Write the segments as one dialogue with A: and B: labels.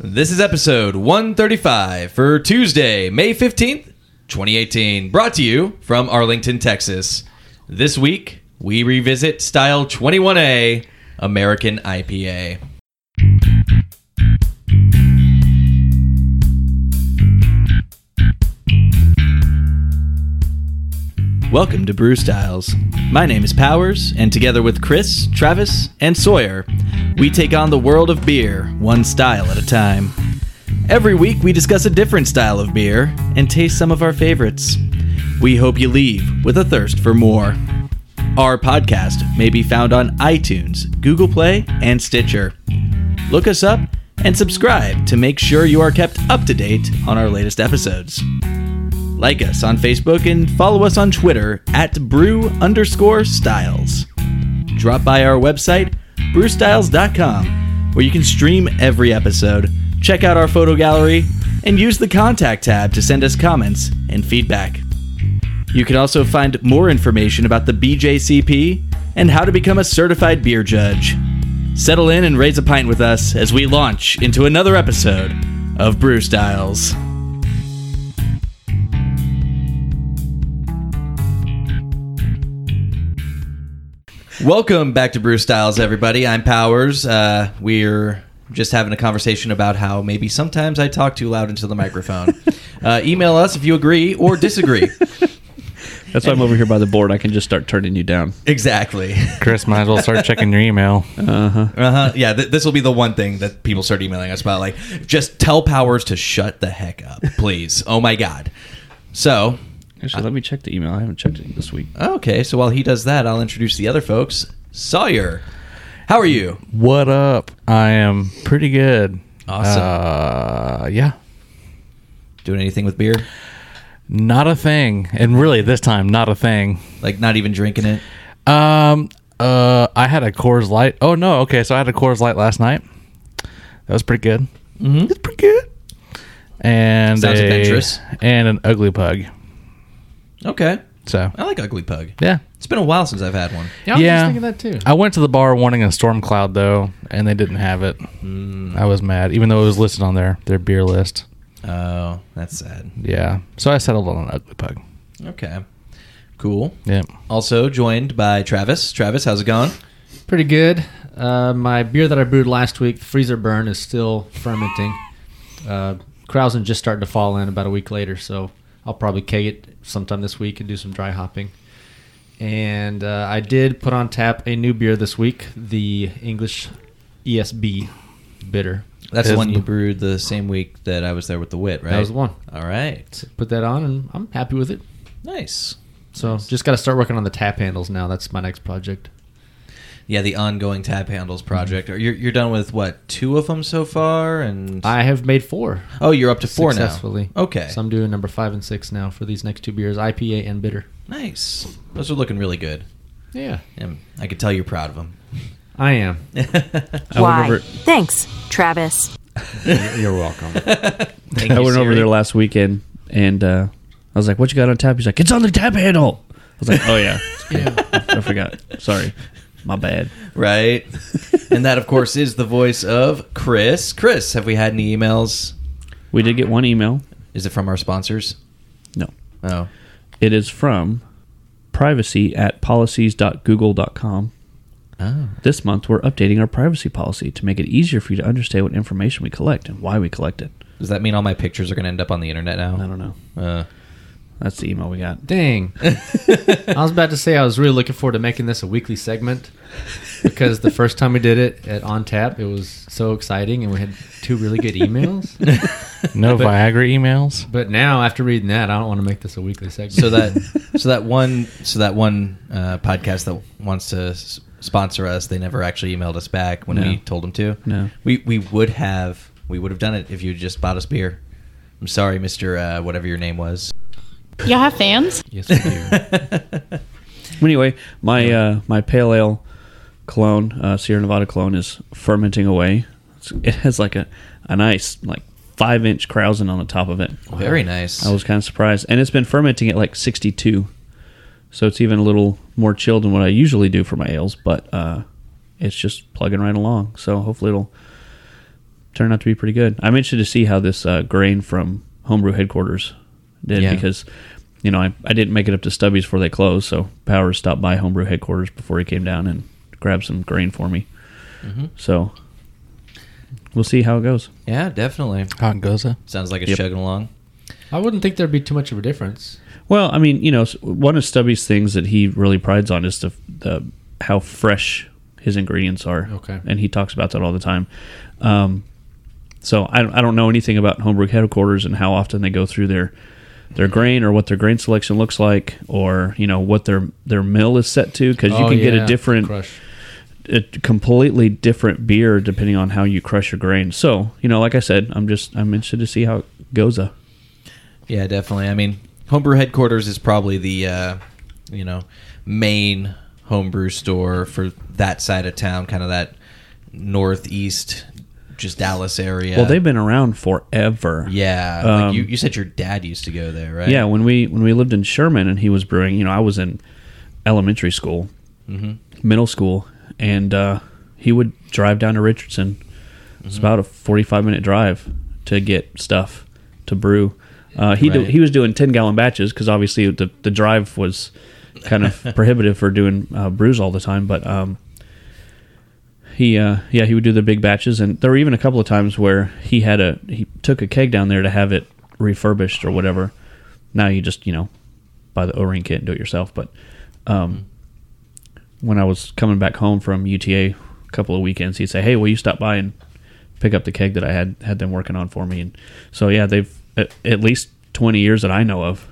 A: This is episode 135 for Tuesday, May 15th, 2018, brought to you from Arlington, Texas. This week, we revisit Style 21A American IPA. Welcome to Brew Styles. My name is Powers, and together with Chris, Travis, and Sawyer, we take on the world of beer, one style at a time. Every week, we discuss a different style of beer and taste some of our favorites. We hope you leave with a thirst for more. Our podcast may be found on iTunes, Google Play, and Stitcher. Look us up and subscribe to make sure you are kept up to date on our latest episodes. Like us on Facebook and follow us on Twitter at brew underscore styles. Drop by our website, brewstyles.com, where you can stream every episode, check out our photo gallery, and use the contact tab to send us comments and feedback. You can also find more information about the BJCP and how to become a certified beer judge. Settle in and raise a pint with us as we launch into another episode of Brew Styles. Welcome back to Brew Styles, everybody. I'm Powers. Uh, we're just having a conversation about how maybe sometimes I talk too loud into the microphone. uh, email us if you agree or disagree.
B: That's why I'm over here by the board. I can just start turning you down.
A: exactly.
C: Chris, might as well start checking your email.
A: Uh-huh. Yeah, th- this will be the one thing that people start emailing us about. Like, just tell Powers to shut the heck up, please. oh my God. So,
B: Actually, let me check the email. I haven't checked it this week.
A: okay, so while he does that, I'll introduce the other folks. Sawyer, how are you?
C: What up? I am pretty good.
A: Awesome.
C: Uh, yeah.
A: Doing anything with beer?
C: Not a thing. And really, this time, not a thing.
A: Like, not even drinking it?
C: Um, uh, I had a Coors Light. Oh, no. Okay. So I had a Coors Light last night. That was pretty good.
D: Mm-hmm.
A: Mhm.
C: It's pretty good. And
A: Sounds
C: a-
A: adventurous.
C: And an ugly pug.
A: Okay.
C: So,
A: I like Ugly Pug.
C: yeah.
A: It's been a while since I've had one.
D: Oh. Yeah, I was
C: Yeah.
D: just thinking that too.
C: I went to the bar wanting a storm cloud though, and they didn't have it.
D: Mm.
C: I was mad, even though it was listed on their their beer list.
A: Oh, that's sad.
C: Yeah, so I settled on an ugly pug.
A: Okay. Cool.
C: Yep.
A: Also joined by Travis. Travis, how's it going?
D: Pretty good. Uh, my beer that I brewed last week, the freezer burn, is still fermenting. Uh, Krausen just started to fall in about a week later, so I'll probably keg it sometime this week and do some dry hopping. And uh, I did put on tap a new beer this week, the English ESB bitter.
A: That's the
C: Is-
A: one you brewed the same week that I was there with the wit, right?
D: That was the one.
A: All right.
D: Put that on, and I'm happy with it.
A: Nice.
D: So just got to start working on the tap handles now. That's my next project.
A: Yeah, the ongoing tab handles project. Or You're, you're done with what two of them so far, and
D: Mm-hmm. I have made four.
A: oh, you're up to four
D: successfully.
A: now. Okay,
D: So I'm doing number five and six now for these next two beers, IPA and bitter.
A: nice. Those are looking really good,
D: Yeah.
A: and I could tell you're proud of them.
D: I am.
B: I
E: Why?
B: went over,
E: Thanks, Travis.
D: Oh, You're welcome.
A: Thank
B: I
A: you,
B: went over
A: Siri.
B: there last weekend, and uh, I was like, "What you got on tap?" He's like, "It's on the tap handle." I was like, "Oh yeah, yeah, I forgot. Sorry, my bad."
A: right? and that, of course, is the voice of Chris. Chris, have we had any emails?
B: We did get one email.
A: Is it from our sponsors?
B: No,
A: Oh,
B: it is from privacy at policies.google.com.
A: oh,
B: This month, we're updating our privacy policy to make it easier for you to understand what information we collect and why we collect it.
A: does that mean all my pictures are going to end up on the internet
B: I
A: now?
B: don't know.
A: Uh,
B: That's the email we got.
D: Dang. I was about to say I was really looking forward to making this a weekly segment because the first time we did it at On Tap, it was so exciting and we had two really good emails.
C: No Viagra emails.
D: But now, after reading that, I don't want to make this a weekly segment.
A: so that so that one so that one uh, podcast that wants to s- sponsor us, they never actually emailed us back when we
B: No.
A: told them to.
B: No.
A: we we would have we would have done it if you just bought us beer. I'm sorry, Mister uh, whatever your name was.
F: Y'all have fans?
D: yes, we do.
B: Anyway, my uh, my pale ale clone, uh, Sierra Nevada clone, is fermenting away. It's, it has like a a nice like five inch krausen on the top of it.
A: Very nice.
B: I was kind of surprised, and it's been fermenting at like sixty two, so it's even a little more chilled than what I usually do for my ales. But uh, it's just plugging right along. So hopefully it'll turned out to be pretty good. I'm interested to see how this uh, grain from Homebrew headquarters did
G: Yeah.
B: because you know I, I didn't make it up to Stubby's before they closed, so Powers stopped by Homebrew headquarters before he came down and grabbed some grain for me. So we'll see how it goes.
A: Yeah, definitely.
C: How it goes, huh?
A: Sounds like it's
B: Yep.
A: chugging along.
D: I wouldn't think there'd be too much of a difference.
B: Well, I mean, you know, s- one of Stubby's things that he really prides on is the, the how fresh his ingredients are.
D: Okay.
B: and he talks about that all the time. Um, so I, I don't know anything about Homebrew headquarters and how often they go through their their grain or what their grain selection looks like, or you know what their their mill is set to, because you
D: Oh,
B: can get
D: yeah,
B: a different
D: crush.
B: a completely different beer depending on how you crush your grain. So, you know, like I said, I'm just I'm interested to see how it goes. Uh,
A: Yeah, definitely. I mean, homebrew headquarters is probably the uh, you know main homebrew store for that side of town, kind of that northeast, just Dallas area.
B: Well, they've been around forever.
A: yeah.
B: Um,
A: like you, you said your dad used to go there, right?
B: Yeah, when we when we lived in Sherman and he was brewing, you know, I was in elementary school,
A: Mm-hmm.
B: middle school, and uh, he would drive down to Richardson. It's
A: Mm-hmm.
B: about a forty-five minute drive to get stuff to brew. Uh, he do,
A: Right.
B: he was doing ten gallon batches because obviously the the drive was kind of prohibitive for doing uh, brews all the time, but. Um, he uh yeah he would do the big batches and there were even a couple of times where he had a he took a keg down there to have it refurbished or whatever now you just you know buy the o-ring kit and do it yourself but um when i was coming back home from uta a couple of weekends he'd say hey will you stop by and pick up the keg that i had had them working on for me and so yeah they've at, at least 20 years that i know of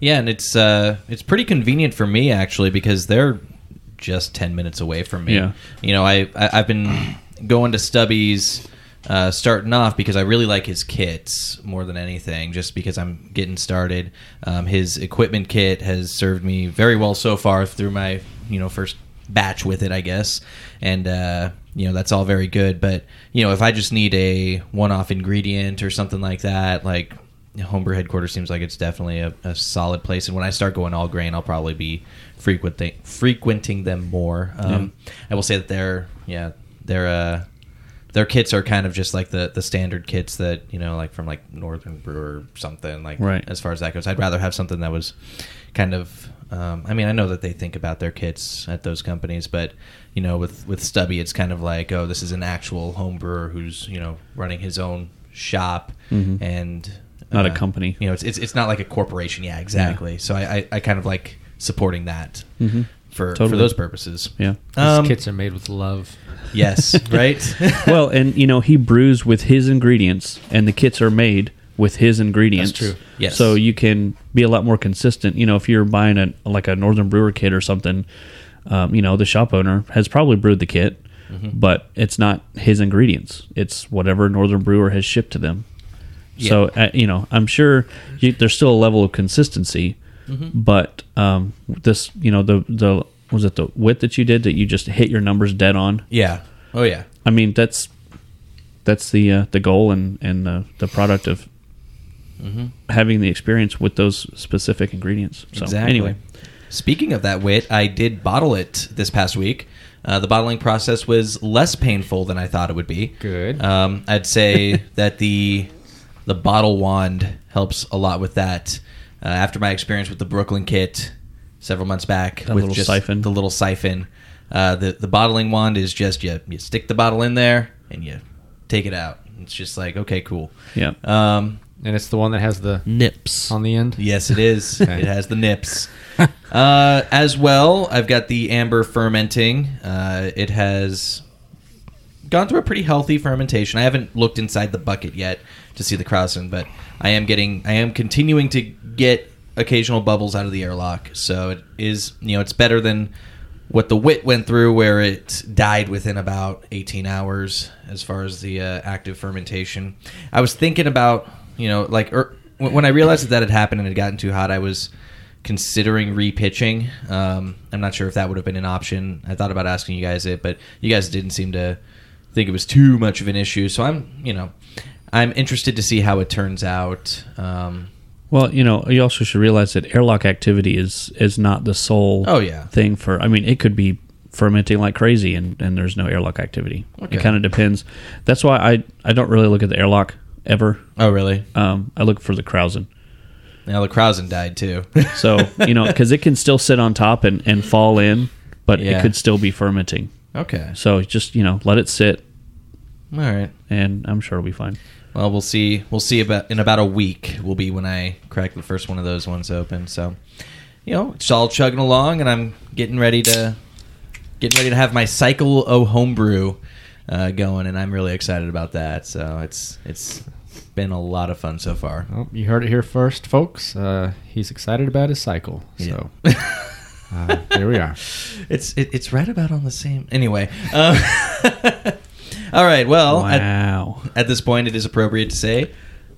A: Yeah, and it's uh, it's pretty convenient for me actually because they're just ten minutes away from me.
B: Yeah.
A: You know, I, I I've been going to Stubby's uh, starting off because I really like his kits more than anything. Just because I'm getting started, um, his equipment kit has served me very well so far through my you know first batch with it, I guess, and. Uh, you know that's all very good, but you know if I just need a one-off ingredient or something like that, like homebrew headquarters seems like it's definitely a, a solid place and when i start going all grain i'll probably be frequenting frequenting them more um, i will say that their yeah their uh their kits are kind of just like the the standard kits that you know like from like northern brewer or something like
B: Right.
A: as far as that goes i'd rather have something that was kind of um, i mean i know that they think about their kits at those companies but you know with with stubby it's kind of like oh this is an actual home brewer who's you know running his own shop and
B: Mm-hmm.
A: uh,
B: Not a company.
A: you know it's, it's it's not like a corporation yeah exactly so I, I i kind of like supporting that for for
B: Mm-hmm. Totally.
A: those purposes
B: yeah
A: um
D: These kits are made with love.
A: yes right
B: well, and you know he brews with his ingredients, and the kits are made with his ingredients.
D: That's true.
A: Yes.
B: So you can be a lot more consistent. You know, if you're buying a like a Northern Brewer kit or something, um, you know the shop owner has probably brewed the kit,
D: Mm-hmm.
B: but it's not his ingredients. It's whatever Northern Brewer has shipped to them. So uh, you know, I'm sure you, there's still a level of consistency,
D: Mm-hmm.
B: but um, this, you know, the the was it the width that you did that you just hit your numbers dead on.
A: yeah oh yeah
B: I mean that's that's the uh, the goal and and the, the product of
A: Mm-hmm.
B: having the experience with those specific ingredients. So anyway,
A: Speaking of that wit, I did bottle it this past week. Uh, the bottling process was less painful than I thought it would be.
D: Good.
A: Um, I'd say that the the bottle wand helps a lot with that. Uh, after my experience with the Brooklyn kit several months back,
B: That
A: with
B: little
A: just
B: siphon.
A: the little siphon, uh, the the bottling wand is just you you stick the bottle in there and you take it out. It's just like okay, cool.
B: yeah,
A: Um,
D: And it's the one that has the
C: Nips.
D: on the end.
A: Yes, it is.
D: Okay.
A: It has the nips. uh, as well, I've got the amber fermenting. Uh, it has gone through a pretty healthy fermentation. I haven't looked inside the bucket yet to see the Krausen, but I am getting, I am continuing to get occasional bubbles out of the airlock. So it is, you know, it's better than what the wit went through, where it died within about 18 hours as far as the uh, active fermentation. I was thinking about, you know, like er, when when I realized that that had happened and it had gotten too hot, I was considering repitching. Um, I'm not sure if that would have been an option. I thought about asking you guys it, but you guys didn't seem to think it was too much of an issue. So I'm, you know, I'm interested to see how it turns out. Um,
B: Well, you know, you also should realize that airlock activity is is not the sole
A: Oh, yeah.
B: thing for. I mean, it could be fermenting like crazy and, and there's no airlock activity.
A: Okay.
B: It kind of depends. That's why I, I don't really look at the airlock ever.
A: Oh, really?
B: Um, I look for the Krausen.
A: Now the Krausen died too.
B: So, you know, because it can still sit on top and, and fall in, but
A: Yeah.
B: it could still be fermenting.
A: okay.
B: So just, you know, let it sit
A: All right.
B: and I'm sure it'll be fine.
A: Well, we'll see. We'll see about in about a week. Will be when I crack the first one of those ones open. So, you know, it's all chugging along, and I'm getting ready to getting ready to have my cycle o homebrew uh, going, and I'm really excited about that. So it's it's been a lot of fun so far.
D: Well, you heard it here first, folks. Uh, he's excited about his cycle. So uh, there we are.
A: It's it, it's right about on the same. Anyway, um, all right. Well, at,
B: wow.
A: at this point, it is appropriate to say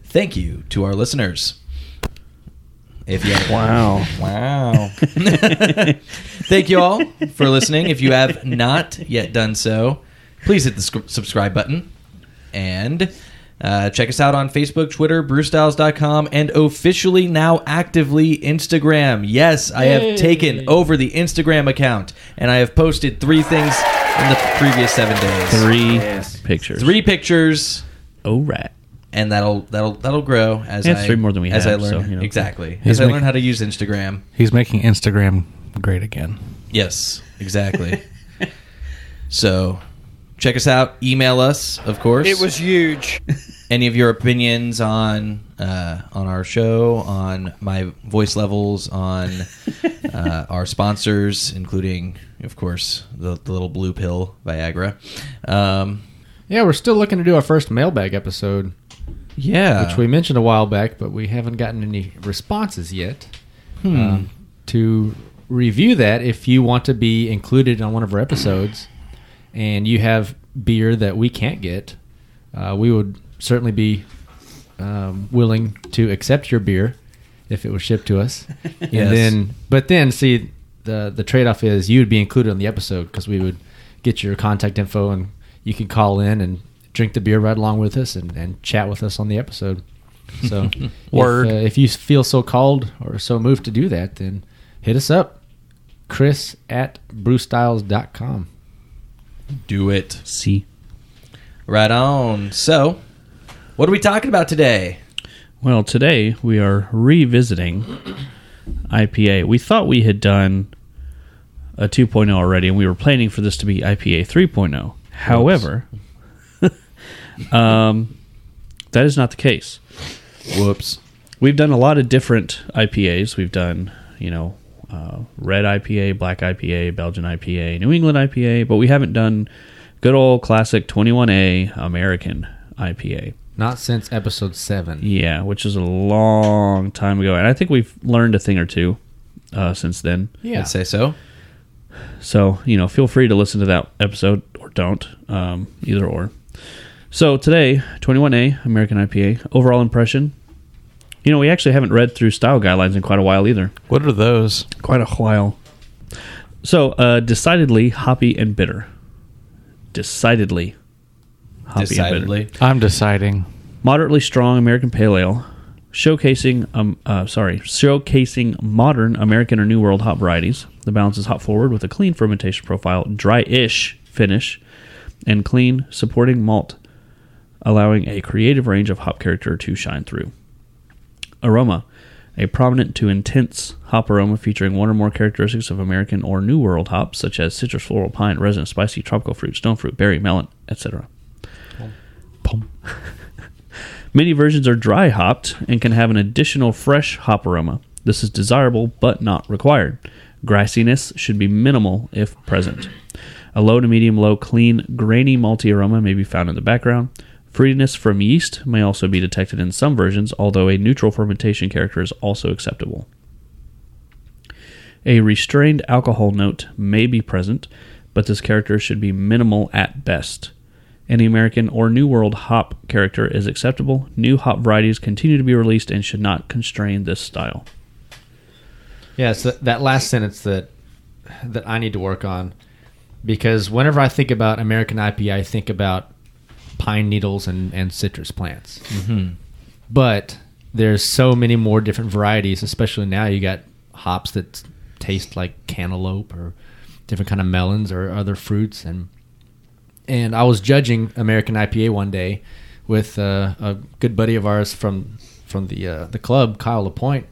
A: thank you to our listeners. If you
B: Wow.
A: wow, thank you all for listening. If you have not yet done so, please hit the sc- subscribe button and. Uh, check us out on Facebook, Twitter, BrewStyles.com, and officially now actively Instagram. Yes, I have taken over the Instagram account, and I have posted three things in the previous seven days.
B: Three pictures.
A: Three pictures
B: Oh, right.
A: and that'll that'll that'll grow as
B: That's
A: I
B: three more than we
A: as
B: have,
A: I learn
B: so, you know.
A: exactly
C: He's
A: as I
C: making-
A: learn how to use Instagram.
C: He's making Instagram great again.
A: Yes, exactly. so check us out. Email us, of course. It was huge. Any of your opinions on uh, on our show, on my voice levels, on uh, our sponsors, including, of course, the, the little blue pill Viagra. Um,
D: Yeah, we're still looking to do our first mailbag episode,
A: yeah,
D: which we mentioned a while back, but we haven't gotten any responses yet.
A: Hmm.
D: Um, to review that, if you want to be included on one of our episodes and you have beer that we can't get, uh, we would certainly be um, willing to accept your beer if it was shipped to us.
A: Yes.
D: And then, but then, see, the the trade off is you'd be included on the episode because we would get your contact info and you can call in and drink the beer right along with us and, and chat with us on the episode. So,
C: Word.
D: If, uh, if you feel so called or so moved to do that, then hit us up, Chris at BrewStyles.com.
A: do it
B: See.
A: right on. So, what are we talking about today?
B: Well, today we are revisiting IPA. We thought we had done a 2.0 already, and we were planning for this to be IPA 3.0. oh. However, um, that is not the case.
A: Whoops.
B: We've done a lot of different IPAs. We've done, you know, uh, red IPA, black IPA, Belgian IPA, New England IPA, but we haven't done good old classic 21A American IPA.
D: Not since episode seven.
B: Yeah, which is a long time ago, and I think we've learned a thing or two uh, since then.
D: Yeah.
A: I'd say so.
B: So you know, feel free to listen to that episode or don't, um, either or. So today, 21A American IPA overall impression. You know, we actually haven't read through style guidelines in quite a while either.
C: What are those?
B: Quite a while. So uh, decidedly hoppy and bitter. Decidedly hoppy and bitter.
A: Decidedly.
C: I'm deciding.
B: moderately strong American pale ale, showcasing um uh, sorry showcasing modern American or New World hop varieties. The balance is hop forward with a clean fermentation profile, dry-ish finish, and clean supporting malt, allowing a creative range of hop character to shine through. Aroma. A prominent to intense hop aroma featuring one or more characteristics of American or New World hops, such as citrus, floral, pine, resin, spicy, tropical fruit, stone fruit, berry, melon, etc. Many versions are dry hopped and can have an additional fresh hop aroma. This is desirable but not required. Grassiness should be minimal if present. A low to medium low, clean, grainy, malty aroma may be found in the background. Freeness from yeast may also be detected in some versions, although a neutral fermentation character is also acceptable. A restrained alcohol note may be present, but this character should be minimal at best. Any American or New World hop character is acceptable. New hop varieties continue to be released and should not constrain this style.
D: Yeah, so that last sentence that that I need to work on because whenever I think about American IPA, I think about pine needles and, and citrus plants. Mm-hmm. But there's so many more different varieties, especially now you got hops that taste like cantaloupe or different kind of melons or other fruits and and I was judging American IPA one day with uh, a good buddy of ours from from the uh, the club, Kyle Lapointe,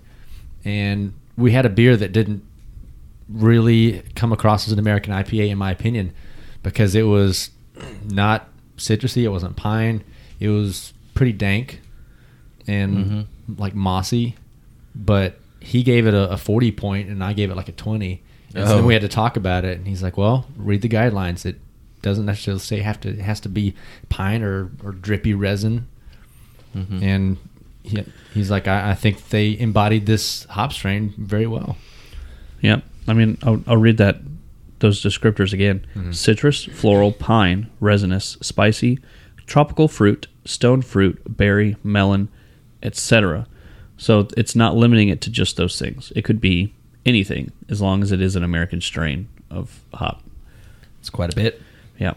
D: and we had a beer that didn't really come across as an American IPA, in my opinion, because it was not citrusy. It wasn't pine. It was pretty dank and like mossy. But he gave it a, a 40 point and I gave it like a 20. And so then
A: Oh.
D: we had to talk about it. And he's like, well, read the guidelines. It doesn't necessarily say have to, it has to be pine or, or drippy resin. And he, he's like, I, I think they embodied this hop strain very well.
B: Yeah, I mean, I'll, I'll read that those descriptors again: citrus, floral, pine, resinous, spicy, tropical fruit, stone fruit, berry, melon, etc. So it's not limiting it to just those things. It could be anything as long as it is an American strain of hop.
A: It's quite a bit.
B: Yeah.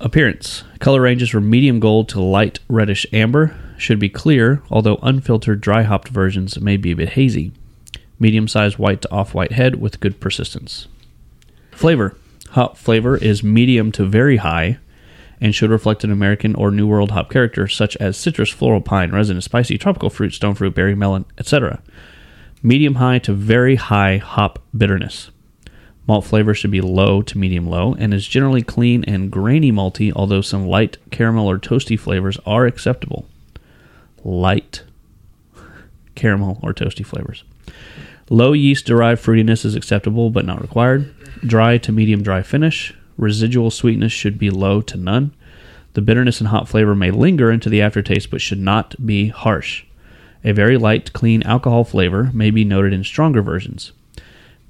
B: Appearance. Color ranges from medium gold to light reddish amber. Should be clear, although unfiltered dry hopped versions may be a bit hazy. Medium sized white to off white head with good persistence. Flavor. Hop flavor is medium to very high and should reflect an American or New World hop character such as citrus, floral, pine, resinous, spicy, tropical fruit, stone fruit, berry, melon, etc. Medium high to very high hop bitterness. Malt flavor should be low to medium low and is generally clean and grainy malty, although some light caramel or toasty flavors are acceptable. Light caramel or toasty flavors. Low yeast derived fruitiness is acceptable but not required. Dry to medium dry finish. Residual sweetness should be low to none. The bitterness and hot flavor may linger into the aftertaste but should not be harsh. A very light, clean alcohol flavor may be noted in stronger versions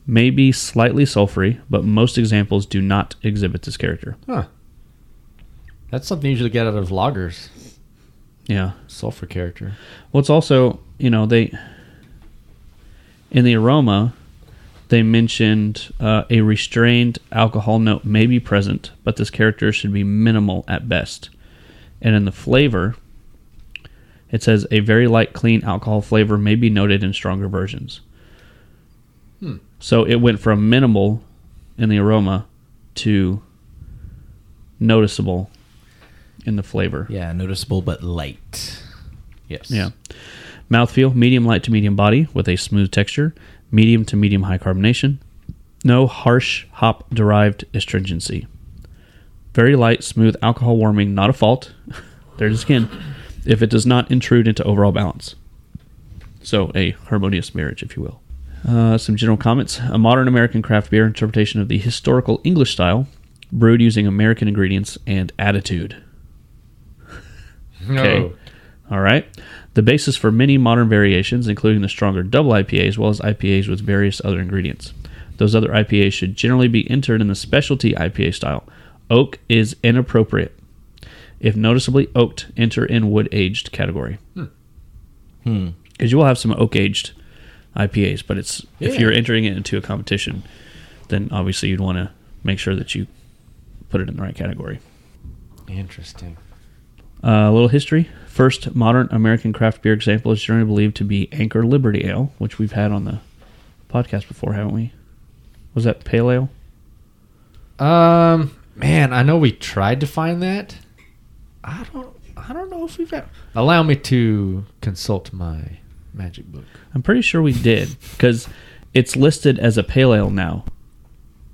B: may be slightly sulfury, but most examples do not exhibit this character.
D: That's something you usually get out of loggers,
B: Yeah.
D: sulfur character.
B: Well, it's also, you know, they, in the aroma, they mentioned uh, a restrained alcohol note may be present, but this character should be minimal at best. And in the flavor, it says a very light, clean alcohol flavor may be noted in stronger versions. So it went from minimal in the aroma to noticeable in the flavor.
A: Yeah, noticeable but light. Yes.
B: Yeah. Mouthfeel, medium light to medium body with a smooth texture, medium to medium high carbonation. No harsh hop derived astringency. Very light, smooth alcohol warming, not a fault. There's again, if it does not intrude into overall balance. So, a harmonious marriage, if you will. Uh, some general comments. A modern American craft beer interpretation of the historical English style, brewed using American ingredients and attitude. Okay. All right. The basis for many modern variations, including the stronger double IPA as well as IPAs with various other ingredients. Those other IPAs should generally be entered in the specialty IPA style. Oak is inappropriate. If noticeably oaked, enter in wood aged category. Because you will have some oak aged IPAs, but it's if
A: Yeah.
B: you're entering it into a competition, then obviously you'd want to make sure that you put it in the right category.
D: Interesting.
B: Uh, a little history. First modern American craft beer example is generally believed to be Anchor Liberty Ale, which we've had on the podcast before, haven't we? Was that pale ale?
D: Um, man, I know we tried to find that. I don't. I don't know if we've got. Allow me to consult my magic book.
B: I'm pretty sure we did because it's listed as a pale ale now.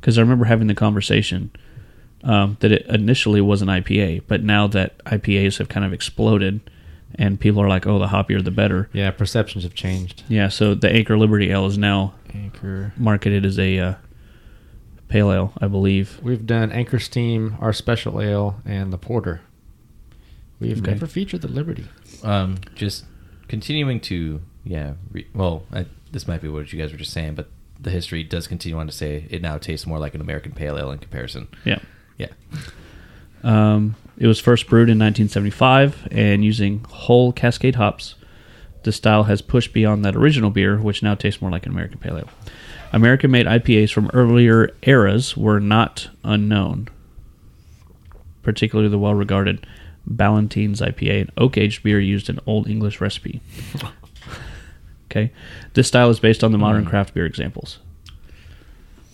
B: Because I remember having the conversation um, that it initially was an IPA, but now that IPAs have kind of exploded and people are like, "Oh, the hoppier the better."
D: Yeah, perceptions have changed.
B: Yeah, so the Anchor Liberty Ale is now
D: Anchor.
B: marketed as a uh, pale ale, I believe.
D: We've done Anchor Steam, our special ale, and the porter. We've
B: Okay.
D: never featured the Liberty.
A: Um, just continuing to yeah. Re- well, I, this might be what you guys were just saying, but the history does continue on to say it now tastes more like an American pale ale in comparison.
B: Yeah.
A: Yeah.
B: Um, it was first brewed in 1975 and using whole Cascade hops. The style has pushed beyond that original beer, which now tastes more like an American pale ale. American made IPAs from earlier eras were not unknown, particularly the well regarded Ballantine's IPA, an oak aged beer used in Old English recipe. okay. This style is based on the modern craft beer examples.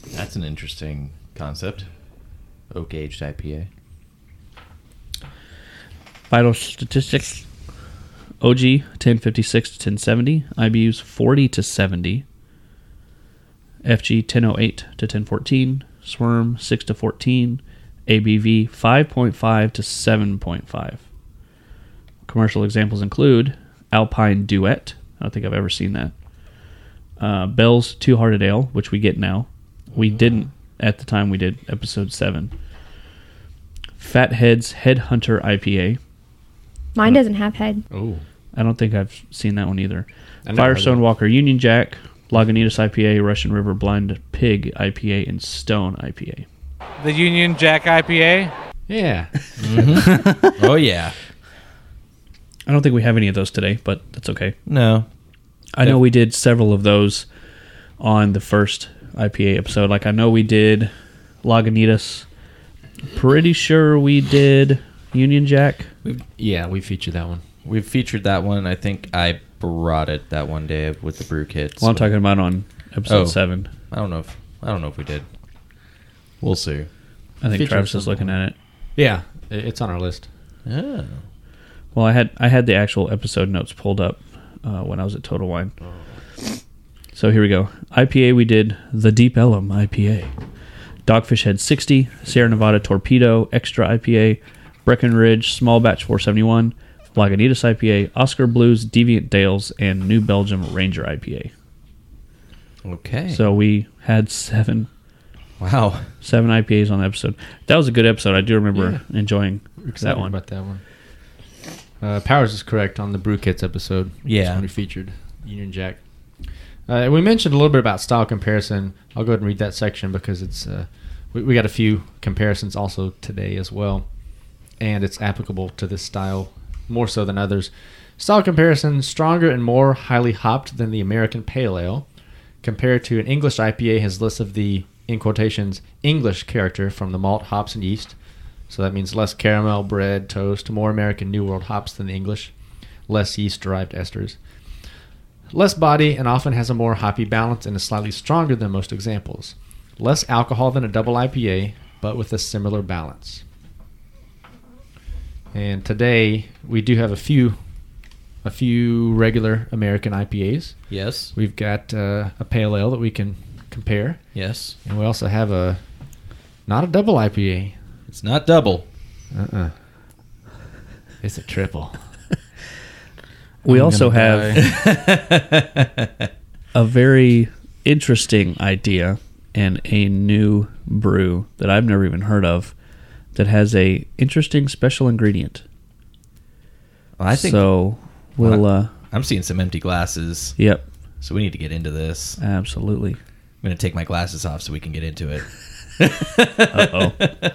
A: That's an interesting concept. Oak aged IPA.
B: Vital statistics OG 1056 to 1070, IBUs 40 to 70, FG 1008 to 1014, Swerm 6 to 14, ABV 5.5 to 7.5. Commercial examples include Alpine Duet. I don't think I've ever seen that. Uh, Bell's Two Hearted Ale, which we get now. We didn't at the time we did episode 7. Fathead's Headhunter IPA.
H: Mine doesn't have head.
D: Oh,
B: I don't think I've seen that one either.
D: I never heard of
B: Firestone Walker Union Jack, Lagunitas IPA, Russian River Blind Pig IPA, and Stone IPA.
C: The Union Jack IPA.
D: yeah.
A: oh yeah.
B: I don't think we have any of those today, but that's okay.
A: No.
B: I know we did several of those on the first IPA episode. Like I know we did Lagunitas. Pretty sure we did Union Jack.
D: We, yeah, we featured that one.
A: We've featured that one. I think I brought it that one day with the brew kits.
B: Well, I'm talking about on episode
A: Oh.
B: seven.
A: I don't know if I don't know if we did. We'll see.
B: I think
D: Feature
B: Travis is
D: something.
B: looking at it.
D: Yeah, i- it's on our list.
A: Oh.
B: Well, I had I had the actual episode notes pulled up uh, when I was at Total Wine. So here we go. IPA we did the Deep Ellum IPA. Dogfish Head 60, Sierra Nevada Torpedo Extra IPA, Breckenridge Small Batch 471, Lagunitas IPA, Oscar Blues Deviant Dales, and New Belgium Ranger IPA.
A: Okay.
B: So we had seven
A: wow.
B: seven IPAs on the episode. That was a good episode. I do remember enjoying that
D: Excited
B: one.
D: about that one. Uh, Powers is correct on the Brew Kits episode.
A: Yeah.
D: That's when we featured Union Jack. Uh, we mentioned a little bit about style comparison. I'll go ahead and read that section because it's uh, we, we got a few comparisons also today as well, and it's applicable to this style more so than others. Style comparison: stronger and more highly hopped than the American Pale Ale, compared to an English IPA has less of the in quotations English character from the malt, hops, and yeast. So that means less caramel, bread, toast, more American New World hops than the English, less yeast derived esters. Less body and often has a more hoppy balance and is slightly stronger than most examples. Less alcohol than a double IPA, but with a similar balance. And today we do have a few a few regular American IPAs.
A: Yes.
D: We've got uh, a pale ale that we can compare,
A: Yes.
D: and we also have a not a double IPA.
A: It's not double.
D: Uh-uh. It's a triple.
B: We
C: I'm
B: also
C: gonna
B: have a very interesting idea and a new brew that I've never even heard of that has a interesting special ingredient.
A: I think
B: so. We'll uh,
A: I'm seeing some empty glasses,
B: yep,
A: so we need to get into this.
B: absolutely.
A: I'm gonna take my glasses off so we can get into it.
B: Uh oh.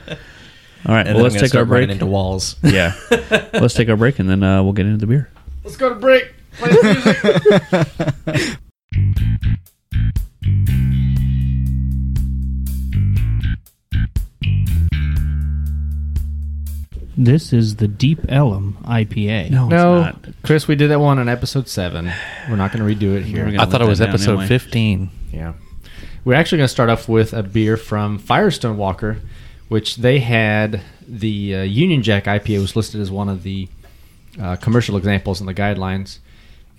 B: All right,
A: And
B: well
A: then
B: let's
A: I'm gonna
B: take our
A: start running
B: break.
A: into walls.
B: yeah, let's take our break and then uh, we'll get into the beer.
D: Let's go to break.
I: This is the Deep Ellum IPA.
D: No, Chris, we did that one on episode seven. We're not going to redo it here.
C: I thought it was episode 15.
D: Yeah. We're actually going to start off with a beer from Firestone Walker, which they had the uh, Union Jack IPA was listed as one of the uh, commercial examples in the guidelines.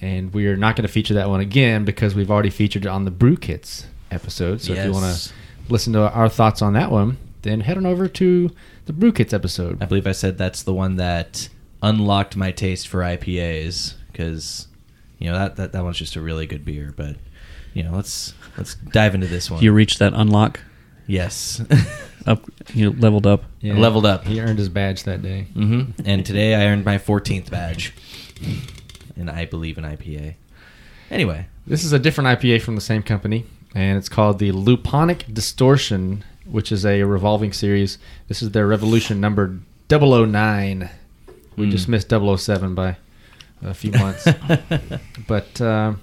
D: And we're not going to feature that one again because we've already featured it on the Brew Kits episode. So if you want
A: Yes.
D: to listen to our thoughts on that one, then head on over to the Brew Kits episode.
A: I believe I said that's the one that unlocked my taste for IPAs because you know that, that that one's just a really good beer. But you know, let's let's dive into this one.
B: You reached that unlock
A: yes,
B: up. You leveled up.
D: Yeah.
A: leveled up.
D: He earned his badge that day.
A: hmm
B: Mm-hmm.
A: And today I earned my 14th badge, and I believe in IPA. Anyway,
D: This is a different IPA from the same company, and it's called the Luponic Distortion, which is a revolving series. This is their Revolution number 009. We just missed 007 by a few months. but uh,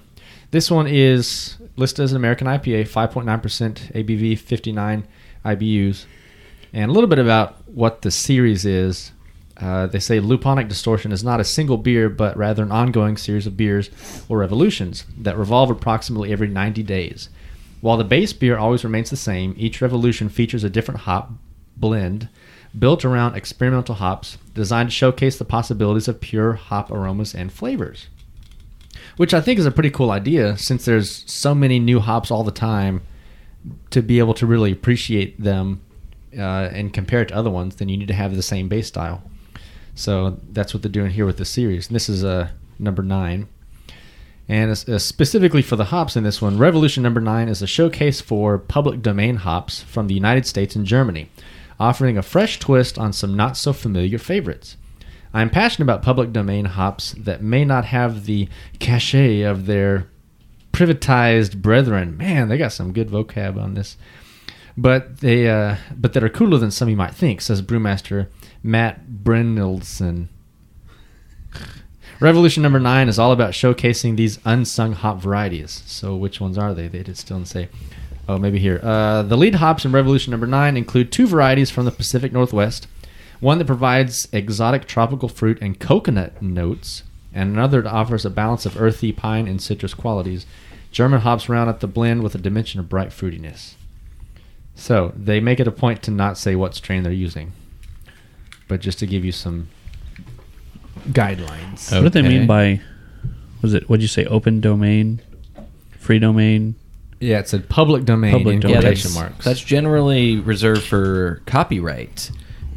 D: this one is listed as an American IPA, 5.9% ABV, 59 IBUs. And a little bit about what the series is. Uh, they say Luponic Distortion is not a single beer, but rather an ongoing series of beers or revolutions that revolve approximately every 90 days. While the base beer always remains the same, each revolution features a different hop blend built around experimental hops designed to showcase the possibilities of pure hop aromas and flavors. Which I think is a pretty cool idea since there's so many new hops all the time to be able to really appreciate them uh, and compare it to other ones, then you need to have the same base style. So that's what they're doing here with this series. And this is uh, number nine. And it's- uh, specifically for the hops in this one, Revolution number nine is a showcase for public domain hops from the United States and Germany, offering a fresh twist on some not so familiar favorites. I am passionate about public domain hops that may not have the cachet of their privatized brethren. Man, they got some good vocab on this but they uh, but that are cooler than some you might think, says brewmaster Matt Brennelson. Revolution number nine is all about showcasing these unsung hop varieties. So which ones are they? They did still say. Oh, maybe here. Uh, the lead hops in Revolution number nine include two varieties from the Pacific Northwest, one that provides exotic tropical fruit and coconut notes, and another that offers a balance of earthy pine and citrus qualities. German hops round out the blend with a dimension of bright fruitiness. So they make it a point to not say what strain they're using, but just to give you some guidelines.
B: What do they
C: Okay.
B: mean by? Was it? What'd you say? Open domain, free domain.
D: Yeah, it's a public domain.
B: Public
D: in
B: domain.
A: Yeah,
B: Yeah,
A: that's,
D: quotation marks.
A: that's generally reserved for copyright,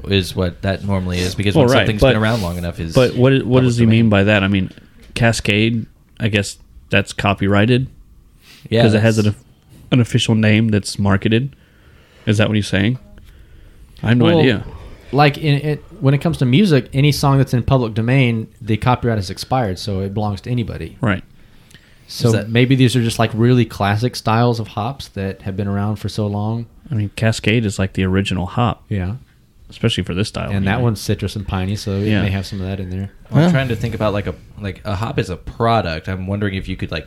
A: is what that normally is because
B: Well,
A: when
B: right,
A: something's
B: but-
A: been around long enough is.
B: But what what
A: public
B: does he
A: domain.
B: mean by that? I mean, Cascade. I guess that's copyrighted
A: Yeah,
B: because it has
A: that's-
B: an an official name that's marketed. Is that what he's saying? I have no
D: Well,
B: idea.
D: Like in it, when it comes to music, any song that's in public domain, the copyright has expired, so it belongs to anybody.
B: Right.
D: So
A: that-
D: maybe these are just like really classic styles of hops that have been around for so long.
B: I mean, Cascade is like the original hop,
D: Yeah,
B: especially for this style.
D: and that
B: anyway.
D: one's citrus and piney, so it
B: Yeah.
D: may have some of that in there.
A: I'm trying to think about like a like a hop is a product. I'm wondering if you could like,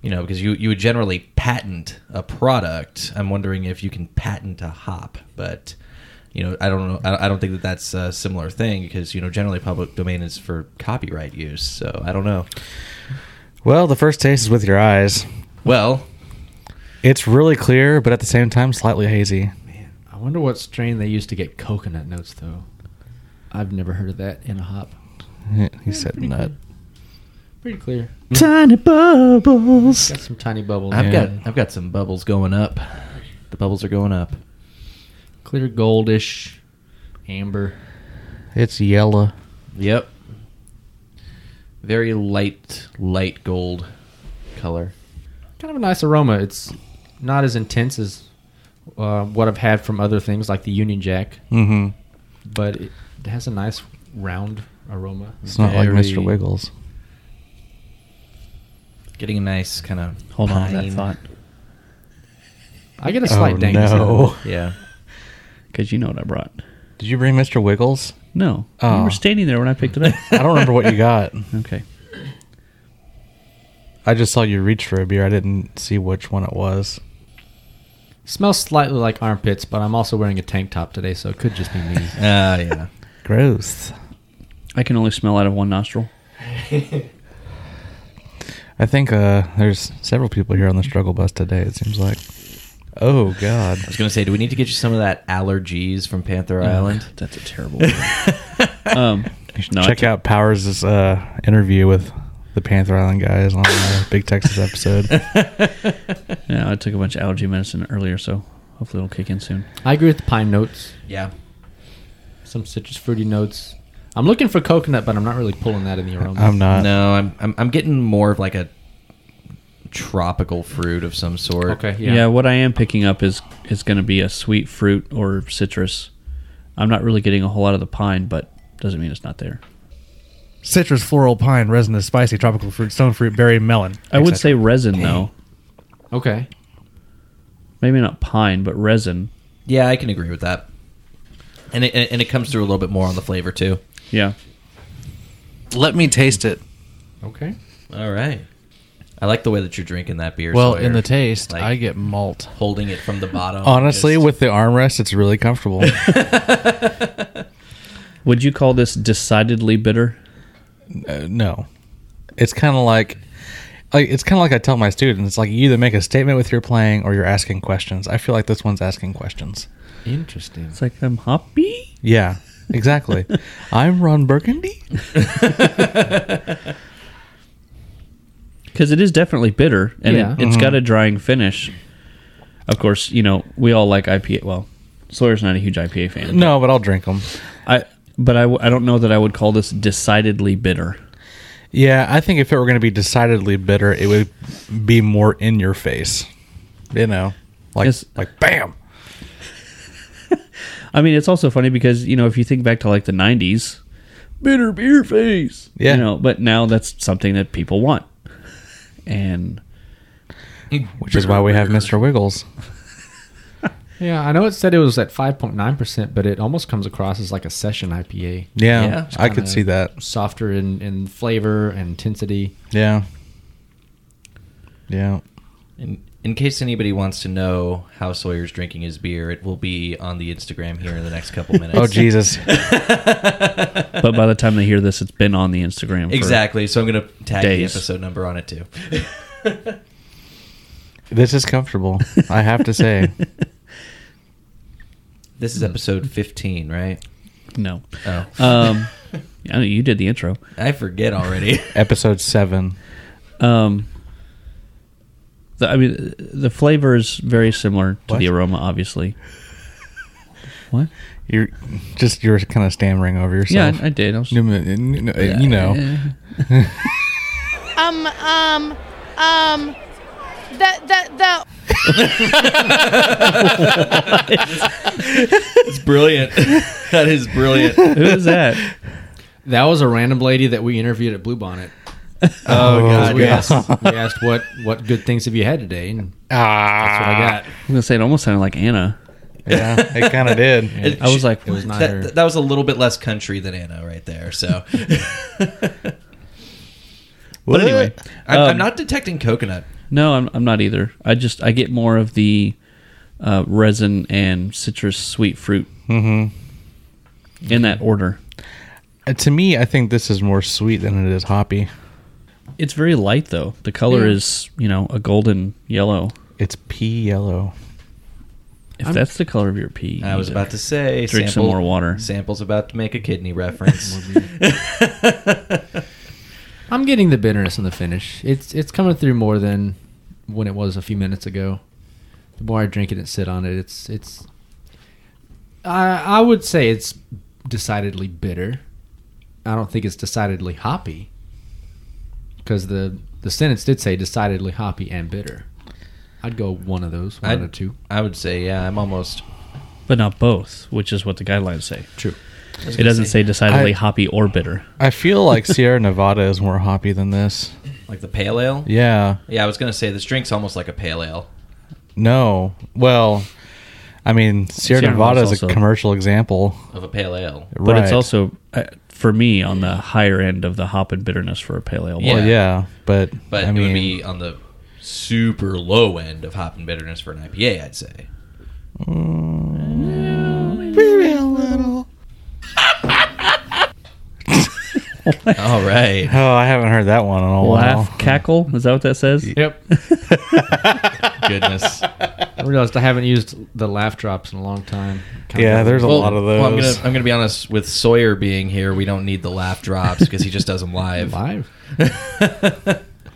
A: you know, because you you would generally patent a product. I'm wondering if you can patent a hop, but you know, I don't know. I I don't think that that's a similar thing because you know, generally public domain is for copyright use. So I don't know.
C: Well, the first taste is with your eyes.
A: Well,
C: It's really clear, but at the same time, slightly hazy.
D: I wonder what strain they used to get coconut notes though. I've never heard of that in a hop.
C: He said nut.
D: Pretty clear.
B: tiny bubbles.
D: Got some tiny bubbles.
A: I've
D: Yeah.
A: got I've got some bubbles going up. The bubbles are going up.
D: clear goldish, amber.
C: It's yellow.
A: Yep. Very light light gold color.
D: Kind of a nice aroma. It's not as intense as uh, what I've had from other things like the Union Jack,
C: Mm-hmm.
D: but it, it has a nice round aroma.
C: It's not like
A: Very-
C: Mr. Wiggles.
A: Getting a nice kind of
B: Hold on to that thought,
D: I get a slight
C: Oh,
D: dankness. out of
C: no.
A: Yeah.
B: because you know what I brought.
C: Did you bring Mr. Wiggles?
B: No,
C: Oh.
B: you were standing there when I picked it up.
C: I don't remember what you got.
B: okay.
C: I just saw you reach for a beer. I didn't see which one it was.
D: it. Smells slightly like armpits, but I'm also wearing a tank top today, so it could just be me.
A: Ah, yeah.
C: Gross.
B: I can only smell out of one nostril.
C: I think uh, there's several people here on the struggle bus today. It seems like. Oh God.
A: I was gonna say, do we need to get you some of that allergies from Panther Island?
B: That's a terrible. word. um, no, I
C: Check
B: t-
C: out Powers' uh, interview with the Panther Island guys on the Big Texas episode.
B: Yeah, I took a bunch of allergy medicine earlier, so hopefully it'll kick in soon.
D: I agree with the pine notes,
A: Yeah.
D: some citrus fruity notes. I'm looking for coconut, but I'm not really pulling that in the aroma.
C: I'm not.
A: no,
B: Uh,
A: I'm, I'm I'm getting more of like a tropical fruit of some sort.
D: Okay,
B: Yeah.
D: yeah.
B: what I am picking up is is going to be a sweet fruit or citrus. I'm not really getting a whole lot of the pine, but doesn't mean it's not there.
J: Citrus, floral, pine, resinous, spicy, tropical fruit, stone fruit, berry, melon.
B: I would say resin though,
D: Okay.
B: maybe not pine, but resin.
A: Yeah, I can agree with that. And it, and it comes through a little bit more on the flavor too.
B: Yeah,
J: Let me taste it.
D: Okay.
A: All right. I like the way that you're drinking that beer.
J: Well,
A: Sawyer.
J: in the taste,
A: Like,
J: I get malt.
A: holding it from the
B: oh,
A: bottom.
C: Honestly,
A: just-
C: with the armrest, it's really comfortable.
B: would you call this decidedly bitter?
C: Uh, no, it's kind of like like it's kind of like I tell my students, like you either make a statement with your playing or you're asking questions. I feel like this one's asking questions.
D: Interesting.
B: It's like I'm happy.
C: Yeah, exactly. I'm Ron Burgundy.
B: because it is definitely bitter and
D: Yeah. Mm-hmm.
B: it, has got a drying finish. Of course, you know we all like IPA. Well, Sawyer's not a huge IPA fan.
C: No, but I'll drink them.
B: I but I, w- I don't know that I would call this decidedly bitter.
C: Yeah, I think if it were going to be decidedly bitter, it would be more in your face. You know, like
B: Yes.
C: like bam.
B: I mean, it's also funny because you know if you think back to like the '90s, bitter beer face.
C: Yeah.
B: You know, but now that's something that people want, and
C: Which is why we have Mr. Wiggles.
D: Yeah, I know it said it was at 5.9%, but it almost comes across as like a session IPA.
C: Yeah,
A: Yeah.
C: I could
D: Kinda
C: see that.
D: Softer in, in flavor and intensity.
C: Yeah. Yeah.
A: In, in case anybody wants to know how Sawyer's drinking his beer, it will be on the Instagram here in the next couple minutes.
C: Oh Jesus.
B: but by the time they hear this, it's been on the Instagram. for-
A: Exactly. So I'm going to tag
B: Days.
A: the episode number on it too.
C: This is comfortable. I have to say.
A: This is episode 15, right?
B: no.
A: Oh.
B: Um, I know you did the intro.
A: I forget already.
C: Episode 7.
B: Um, the, I mean, the flavor is very similar to
C: What?
B: the aroma, obviously. What?
C: You're just you're kind of stammering over
B: yeah,
C: yourself.
B: I, I did. I was,
C: No, no, no, no, you know.
F: Um, um, um, the, the, the,
A: it's brilliant. that is brilliant.
B: who is that?
D: That was a random lady that we interviewed at Bluebonnet.
A: Oh, God.
D: We
A: Yes.
D: asked, we asked what, what good things have you had today, and
C: Ah.
D: that's what I
A: Ah.
D: got.
B: I'm gonna say it almost sounded like Anna.
C: Yeah, it kind of did.
A: It-
B: I was like,
D: It was not her.
A: that, that was a little bit less country than Anna right there. So,
B: but anyway,
A: I'm,
B: um,
A: I'm not detecting coconut.
B: No, I'm, I'm not either. I just I get more of the uh, resin and citrus sweet fruit in that order.
C: Uh, to me, I think this is more sweet than it is hoppy.
B: It's very light though. The color is you know a golden yellow.
C: It's pea yellow.
B: If that's the color of your pea,
A: I was
B: either.
A: about to say
B: Drink some more water.
A: Sample's about to make a kidney reference.
D: I'm getting the bitterness in the finish. It's it's coming through more than when it was a few minutes ago. The more I drink it and sit on it, it's it's. I I would say it's decidedly bitter. I don't think it's decidedly hoppy. Because the the sentence did say decidedly hoppy and bitter. I'd go one of those, one
A: I'd-
D: or two.
A: I would say, yeah, I'm almost.
B: but not both, which is what the guidelines say.
D: True.
B: It doesn't say decidedly
C: I-
B: hoppy or bitter.
C: I feel like Sierra Nevada is more hoppy than this.
A: Like the pale ale?
C: Yeah.
A: Yeah, I was going to say this drink's almost like a pale ale.
C: No. Well, I mean, Sierra,
B: Sierra
C: Nevada is
B: Nevada's
C: a
B: also-
C: commercial example.
A: Of a pale ale.
B: But
C: right.
B: it's also, uh, for me, on the higher end of the hop and bitterness for a pale ale.
A: Yeah.
C: Well, yeah, but
A: But
C: I
A: it
C: mean,
A: would be on the super low end of hop and bitterness for an IPA, I'd say.
C: Mm.
A: All right.
C: oh, I haven't heard that one in a
B: Laugh,
C: while.
B: cackle. Is that what that says?
D: Yep.
A: Goodness.
D: I realized I haven't used the laugh drops in a long time. Kinda
C: Yeah,
D: got-
C: there's a lot of those.
A: Well, I'm gonna, I'm gonna be honest with Sawyer being here. We don't need the laugh drops because he just does them live.
D: live.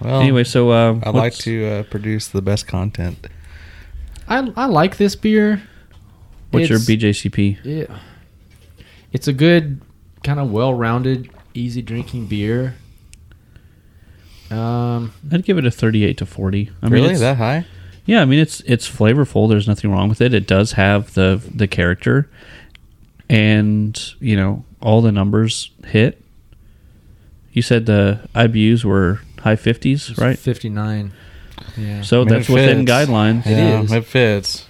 C: Well,
B: Anyway, so um,
C: I like
B: what's-
C: to uh, produce the best content.
D: I I like this beer.
B: What's your
D: It's-
B: BJCP?
D: Yeah. It's a good, kind of well rounded, easy drinking beer. Um,
B: I'd give it a thirty-eight to forty. I mean,
C: really,
B: it's-
C: that high?
B: Yeah, I mean it's it's flavorful. There's nothing wrong with it. It does have the the character, and you know all the numbers hit. You said the IBUs were high fifties, right?
D: 59. Yeah.
B: So
C: I mean,
B: that's
C: it
B: within
C: fits.
B: guidelines.
D: It
C: yeah,
D: is.
C: It fits.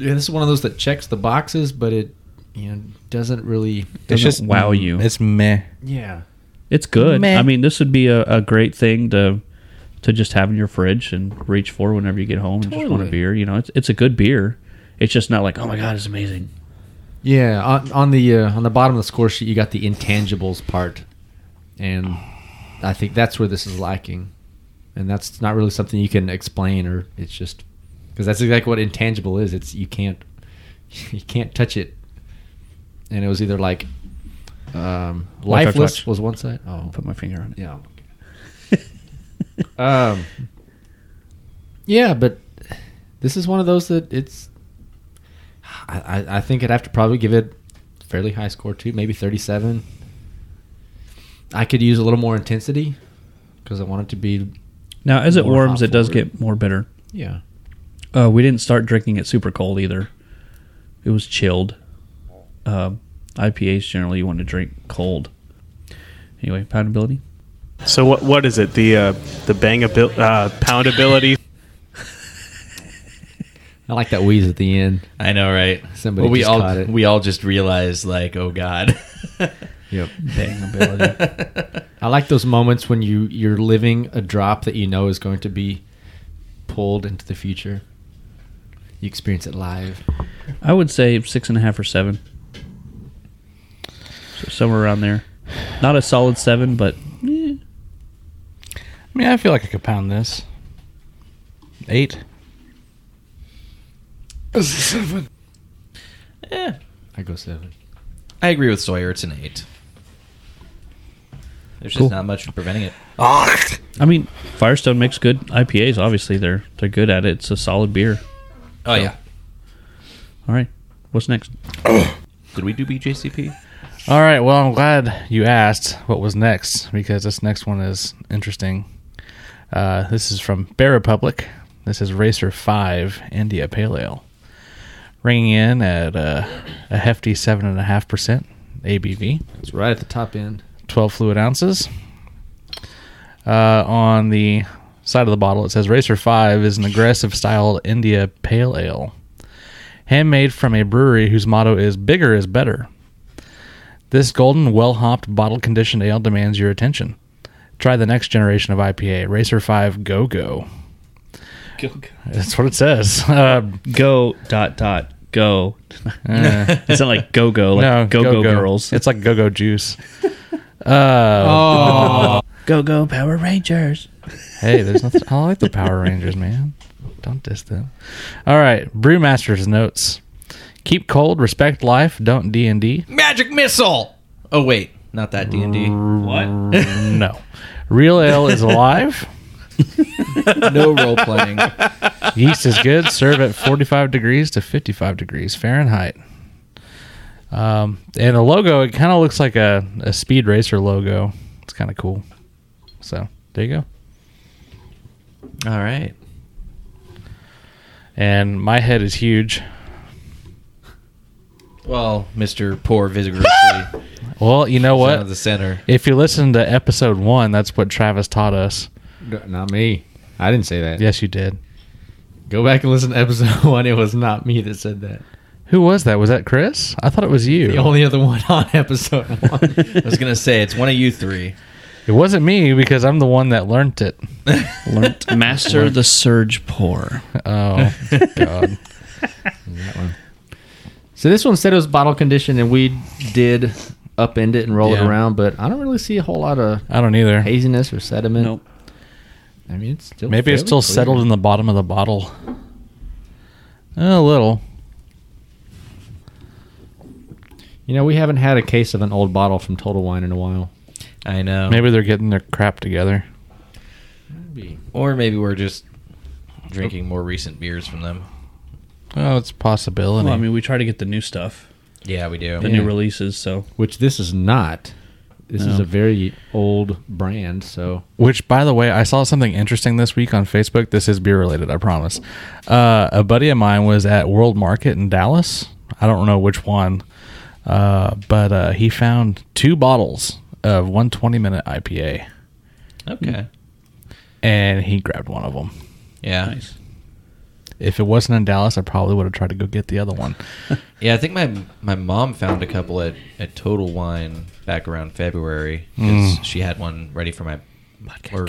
D: yeah, this is one of those that checks the boxes, but it, you know, doesn't really.
C: It's
B: Doesn't
C: just
B: wow you.
C: It's meh.
D: Yeah.
B: It's good.
C: Meh.
B: I mean, this would be a, a great thing to to just have in your fridge and reach for whenever you get home and just want a
D: Totally.
B: beer. You know, it's it's a good beer. It's just not like, oh my god, it's amazing.
D: Yeah. On, on the uh, on the bottom of the score sheet, you got the intangibles part, and I think that's where this is lacking. and that's not really something you can explain or it's just because that's exactly what intangible is. It's you can't you can't touch it, and it was either like um,
B: Watch our
D: lifeless
B: touch.
D: was one side. Oh,
B: Put my finger on it.
D: yeah. um, yeah, but this is one of those that it's. I, I- I think I'd have to probably give it a fairly high score too, maybe thirty-seven. I could use a little more intensity because I want it to be.
B: Now, as it
D: more
B: warms,
D: hop
B: it does
D: forward.
B: get more bitter.
D: Yeah.
B: Uh, we didn't start drinking it super cold either. It was chilled. Uh, IPAs generally you want to drink cold. Anyway, poundability.
K: So what what is it? The uh, the bang abil- uh, pound ability.
D: I like that wheeze at the end.
A: I know, right?
D: Somebody
A: Well, we
D: just
A: all
D: caught it.
A: we all just realized, like, oh god.
D: Yep.
B: Bangability.
D: I like those moments when you you're living a drop that you know is going to be pulled into the future. You experience it live.
B: I would say six and a half or seven. So somewhere around there. Not a solid seven, but
C: I mean, I feel like I could pound this. Eight.
A: seven. Yeah,
D: I go seven.
A: I agree with Sawyer. It's an eight. There's
B: Cool.
A: just not much preventing it.
B: I mean, Firestone makes good IPAs. Obviously, they're they're good at it. It's a solid beer.
A: Oh yeah.
B: All right, what's next?
A: Did we do BJCP?
C: All right. Well, I'm glad you asked what was next because this next one is interesting. Uh, this is from Bear Republic. This is Racer 5 India Pale Ale. Ringing in at uh, a hefty 7.5% ABV,
D: It's right at the top end.
C: 12 fluid ounces. Uh, on the side of the bottle, it says Racer 5 is an aggressive style India Pale Ale, handmade from a brewery whose motto is bigger is better. This golden, well hopped, bottle conditioned ale demands your attention. Try the next generation of IPA, Racer 5 Go Go.
B: Go
C: That's what it says. Uh,
B: go dot dot go.
C: Uh.
B: it's not like go go like go go girls.
C: It's like Go Go Juice. Uh,
B: Go go Power Rangers.
C: Hey, there's nothing. I like the Power Rangers, man. Don't diss them. All right, Brewmaster's notes. Keep cold, respect life, don't D and D.
A: Magic missile. Oh wait, not that D and D.
B: What?
C: No, real ale is alive.
A: No role playing.
C: Yeast is good. Serve at 45 degrees to 55 degrees Fahrenheit. Um, and the logo, it kind of looks like a, a speed racer logo. It's kind of cool. So there you go. All right. And my head is huge.
A: Well, Mister Poor Visigrously
C: Well, you know
A: down at
C: what?
A: the center.
C: If you listen to episode one, that's what Travis taught us.
D: Not me. I didn't say that.
C: Yes, you did.
D: Go back and listen to episode one. It was not me that said that.
C: Who was that? Was that Chris? I thought it was you.
D: The only other one on episode one.
A: I was gonna say it's one of you three.
C: It wasn't me because I'm the one that learnt it.
B: Learned master the surge pour.
C: Oh, God.
D: so this one said it was bottle conditioned, and we did upend it and roll
C: Yeah.
D: it around, but I don't really see a whole lot of
C: I don't either.
D: haziness or sediment.
B: Nope.
D: I mean, it's still
C: Maybe it's
D: fairly
C: still
D: clear.
C: settled in the bottom of the bottle. A little.
D: You know, we haven't had a case of an old bottle from Total Wine in a while.
A: I
D: Oh.
A: know.
C: Maybe they're getting their crap together.
A: or maybe we're just drinking more recent beers from them.
C: Oh, it's a possibility.
B: Well, I mean, we try to get the new stuff,
A: Yeah, we do.
B: the new releases. So
D: Which this is not. This is
B: No.
D: a very old brand, so
C: Which, by the way, I saw something interesting this week on Facebook. This is beer related, I promise. Uh, a buddy of mine was at World Market in Dallas. I don't know which one, uh, but uh, he found two bottles of 120 minute IPA,
A: Okay.
C: and he grabbed one of them.
A: Yeah.
B: nice.
C: If it wasn't in Dallas, I probably would have tried to go get the other one.
A: Yeah, I think my my mom found a couple at, at Total Wine back around February 'cause she had one ready for my or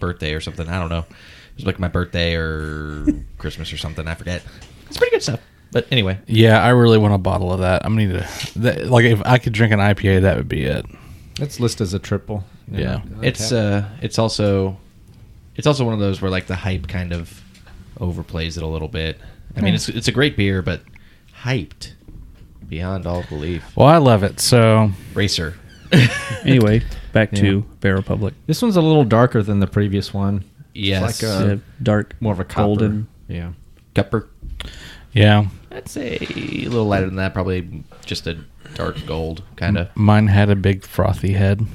A: birthday or something. I don't know. It was like my birthday or Christmas or something. I forget. It's pretty good stuff. But anyway,
C: Yeah, I really want a bottle of that. I'm gonna need to. That, like, if I could drink an IPA, that would be it.
D: that's listed as a triple.
C: Yeah.
A: it's uh, it's also It's also one of those where like the hype kind of overplays it a little bit. I mean, it's it's a great beer, but hyped beyond all belief.
C: Well, I love it. So
A: Racer.
B: anyway, back
D: Yeah.
B: to Bear Republic.
D: This one's a little darker than the previous one.
A: Yes.
D: It's like uh, a
B: Uh, Yeah, dark,
D: more of a copper.
B: golden.
D: Yeah.
A: Cupper.
C: yeah,
A: I'd say a little lighter than that. Probably just a dark gold kind of.
C: mine had a big frothy head.